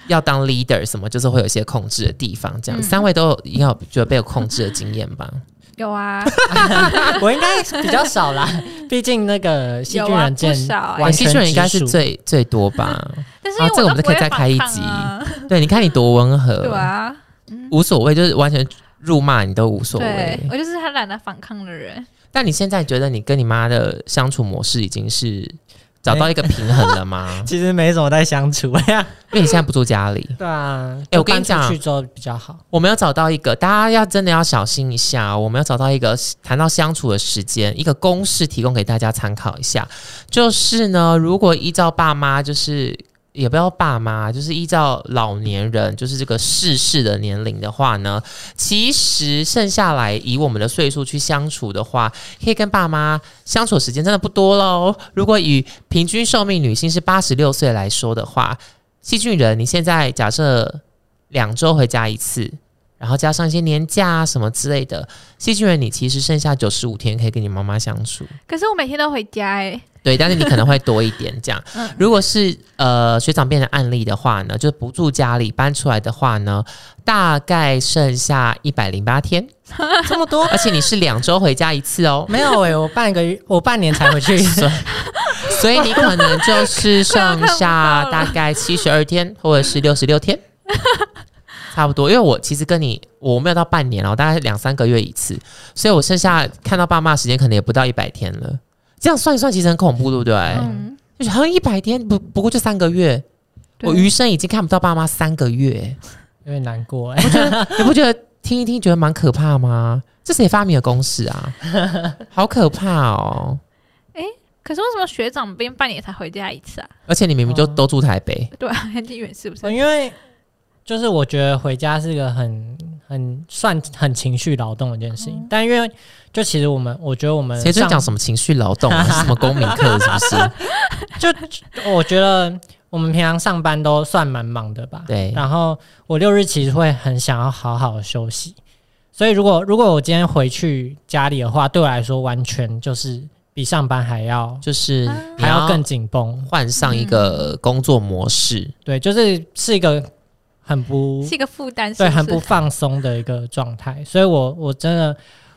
S1: 要当 leader 什么，就是会有一些控制的地方。这样，
S3: 嗯
S1: 三位都有应该有觉得被有控制的经验吧？
S3: 有
S1: 哦
S3: 啊，
S2: 我应该比较少啦， 毕竟那个细
S3: 有
S2: 菌
S3: 啊
S2: 软
S3: 不
S2: 件
S3: 少欸
S1: 玩
S2: 完
S1: 戏
S2: 全
S1: 剧人应该
S2: 直
S1: 是
S2: 属
S1: 最最多吧？
S3: 但是
S1: 啊
S3: 因为
S1: 这个我
S3: 都
S1: 们
S3: 不
S1: 可以
S3: 会
S1: 再
S3: 反
S1: 开一
S3: 抗
S1: 集
S3: 啊
S1: 对，你看你多温和，
S3: 对啊，
S1: 无所谓，就是完全辱骂你都无所
S3: 对
S1: 谓。
S3: 我就是很懒得反抗的人。
S1: 但你现在觉得你跟你妈的相处模式已经是找到一个平衡了 吗？
S2: 其实没什么在相处呀。
S1: 因为你现在不住家里，
S2: 对啊，
S1: 哎
S2: 就
S1: 我跟你
S2: 搬出
S1: 讲
S2: 去之后比较好。
S1: 我们要找到一个，大家要真的要小心一下哦。我们要找到一个谈到相处的时间，一个公式提供给大家参考一下。就是呢，如果依照爸妈，就是也不要爸妈，就是依照老年人，就是这个逝世的年龄的话呢，其实剩下来以我们的岁数去相处的话，可以跟爸妈相处的时间真的不多喽。如果以平均寿命女性是八十六岁来说的话，细菌人你现在假设两周回家一次，然后加上一些年假啊什么之类的，细菌人你其实剩下九十五天可以跟你妈妈相处。
S3: 可是我每天都回家哎，
S1: 对，但是你可能会多一点这 样
S3: 嗯。
S1: 如果是呃学长变成案例的话呢，就是不住家里搬出来的话呢，大概剩下一百零八天，
S2: 这么多，
S1: 而且你是两周回家一次哦
S2: 没有哎、我半个月， 我半年才回 去。
S1: 所以所以你可能就是剩
S3: 快要看
S1: 下
S3: 不到
S1: 大
S3: 了
S1: 概七十二天或者是六十六天， 差不多。因为我其实跟你我没有到半年了，我大概两三个月一次，所以我剩下看到爸妈的时间可能也不到一百天了。哎这样算一算，其实很恐怖，对不对？
S3: 嗯，
S1: 好像一百天不不过就三个月，我余生已经看不到爸妈三个 月，
S2: 有点难过哎、
S1: 你不觉得听一听觉得蛮可怕吗？这谁发明的公式 啊？好可怕哦！
S3: 可是为什么学长兵半年才回家一次啊？
S1: 而且你明明就
S2: 哦
S1: 都住台北，
S3: 对啊，很远是不是？
S2: 因为就是我觉得回家是个很很算很情绪劳动的一件事情，
S3: 哦
S2: 但因为就其实我们我觉得我们
S1: 谁最
S2: 上
S1: 讲什么情绪劳动、 啊，是什么公民课是不是？
S2: 我觉得我们平常上班都算蛮忙的吧。
S1: 对
S2: 然后我六日其实会很想要好好休息，所以如果如果我今天回去家里的话，对我来说完全就是比上班还要
S1: 就是
S3: 啊
S1: 你
S2: 还要更紧绷。
S1: 换上一
S2: 嗯
S1: 个工作模式。
S2: 对，就是是一个很不
S3: 是一个负担，是
S2: 对
S3: 不是
S2: 很不放松的一个状态，所以我我真的。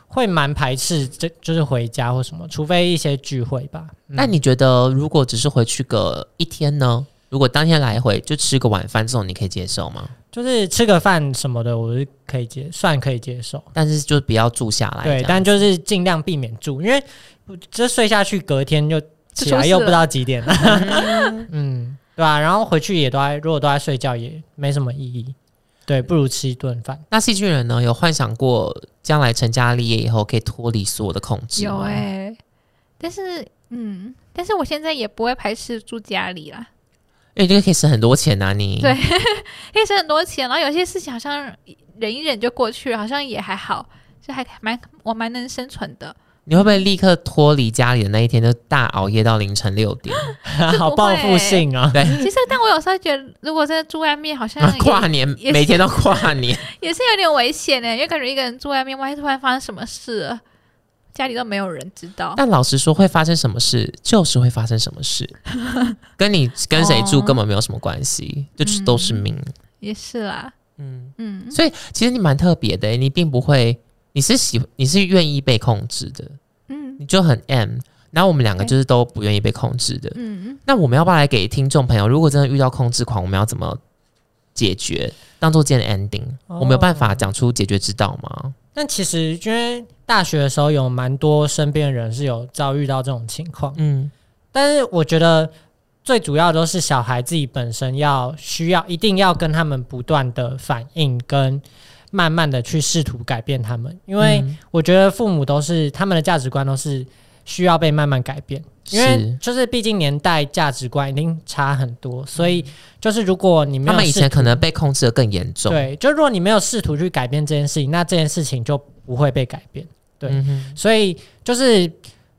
S2: 会蛮排斥，这就是回家或什么，除非一些聚会吧。嗯
S1: 那你觉得如果只是回去个一天呢？如果当天来回就吃个晚饭这种，你可以接受吗？
S2: 就是吃个饭什么的，我是可以接，算可以接受。
S1: 但是就不要住下来这样。
S2: 对，但就是尽量避免住，因为这睡下去隔天就起
S3: 出
S2: 来
S3: 事
S2: 又不
S3: 了
S2: 知道几点了， 嗯，对吧、然后回去也都在，如果都在睡觉也没什么意义，对，不如吃一顿饭。
S1: 那戏剧人呢？有幻想过将来成家立业以后可以脱离所有的控制
S3: 有
S1: 吗
S3: 哎、但是嗯，但是我现在也不会排斥住家里啦，
S1: 因为这个可以省很多钱啊！你
S3: 对可以省很多钱，然后有些事情好像忍一忍就过去了，好像也还好，就还蛮我蛮能生 存的，
S1: 你会不会立刻脱离家里的那一天，就大熬夜到凌晨六 点？
S2: 好报复性啊！
S3: 其实，但我有时候觉得，如果真的住外面，好
S1: 啊
S3: 像
S1: 跨年
S3: 啊也是
S1: 每天都跨年，
S3: 也也是有点危险欸呢，因为感觉一个人住外面，万一突然发生什么事了，家里都没有人知道。
S1: 但老实说，会发生什么事就是会发生什么 事，跟你跟谁住
S3: 哦
S1: 根本没有什么关系，就是都是
S3: 嗯
S1: 命。
S3: 也是啦，
S1: 嗯，
S3: 嗯，
S1: 所以其实你蛮特别的欸，你并不会，你是喜你是愿意被控制的，
S3: 嗯
S1: 你就很 M。然后我们两个
S3: 对
S1: 就是都不愿意被控制的。
S3: 嗯，
S1: 那我们要不要来给听众朋友，如果真的遇到控制狂，我们要怎么解决？当做今天的 ending，、我
S3: 哦
S1: 们有办法讲出解决之道吗？
S2: 但其实因为大学的时候有蛮多身边的人是有遭遇到这种情况，
S1: 嗯，
S2: 但是我觉得最主要都是小孩自己本身要需要，一定要跟他们不断的反应，跟慢慢的去试图改变他们，因为
S1: 嗯
S2: 我觉得父母都是他们的价值观都是需要被慢慢改变，因为
S1: 是
S2: 就是毕竟年代价值观一定差很多，所以就是如果你没
S1: 嗯他
S2: 有
S1: 们以
S2: 试
S1: 前可能被控制的更严重。，
S2: 对，就如果你没有试图去改变这件事情，那这件事情就不会被改变。对
S1: 嗯哼
S2: 所以就是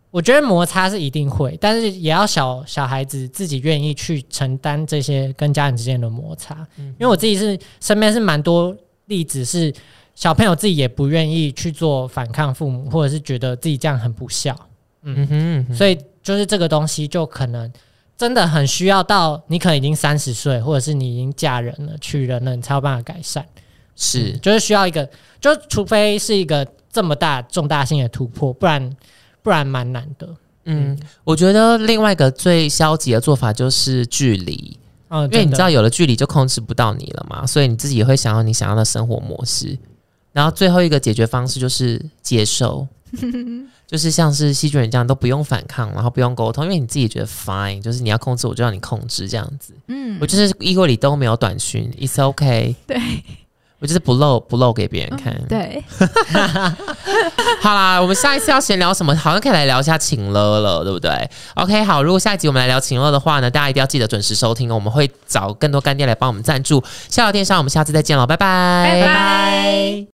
S2: 我觉得摩擦是一定会，但是也要小小孩子自己愿意去承担这些跟家人之间的摩擦。
S1: 嗯
S2: 因为我自己是身边是蛮多例子是小朋友自己也不愿意去做反抗父母，或者是觉得自己这样很不孝，
S1: 嗯哼嗯哼，
S2: 所以就是这个东西就可能。真的很需要到你可能已经三十岁，或者是你已经嫁人了、娶人了，你才有办法改善。
S1: 是
S2: 就是需要一个，就除非是一个这么大重大性的突破，不然不然蛮难的。
S1: 嗯，我觉得另外一个最消极的做法就是距离，
S2: 嗯，
S1: 因为
S2: 真
S1: 你
S2: 的
S1: 知道有了距离就控制不到你了嘛，所以你自己也会想要你想要的生活模式。然后最后一个解决方式就是接 受，就是像是细菌人这样都不用反抗，然后不用沟通，因为你自己觉得 fine，就是你要控制我就让你控制这样子。
S3: 嗯，
S1: 我就是衣柜里都没有短裙，it's okay。
S3: 对嗯
S1: 我就是不露不露给别人看。，
S3: 对，
S1: 好啦，我们下一次要闲聊什么？好像可以来聊一下情乐了，对不对？OK，好，如果下一集我们来聊情乐的话呢，大家一定要记得准时收听哦。我们会找更多干爹来帮我们赞助。下聊电商，我们下次再见喽，拜拜，
S3: 拜拜。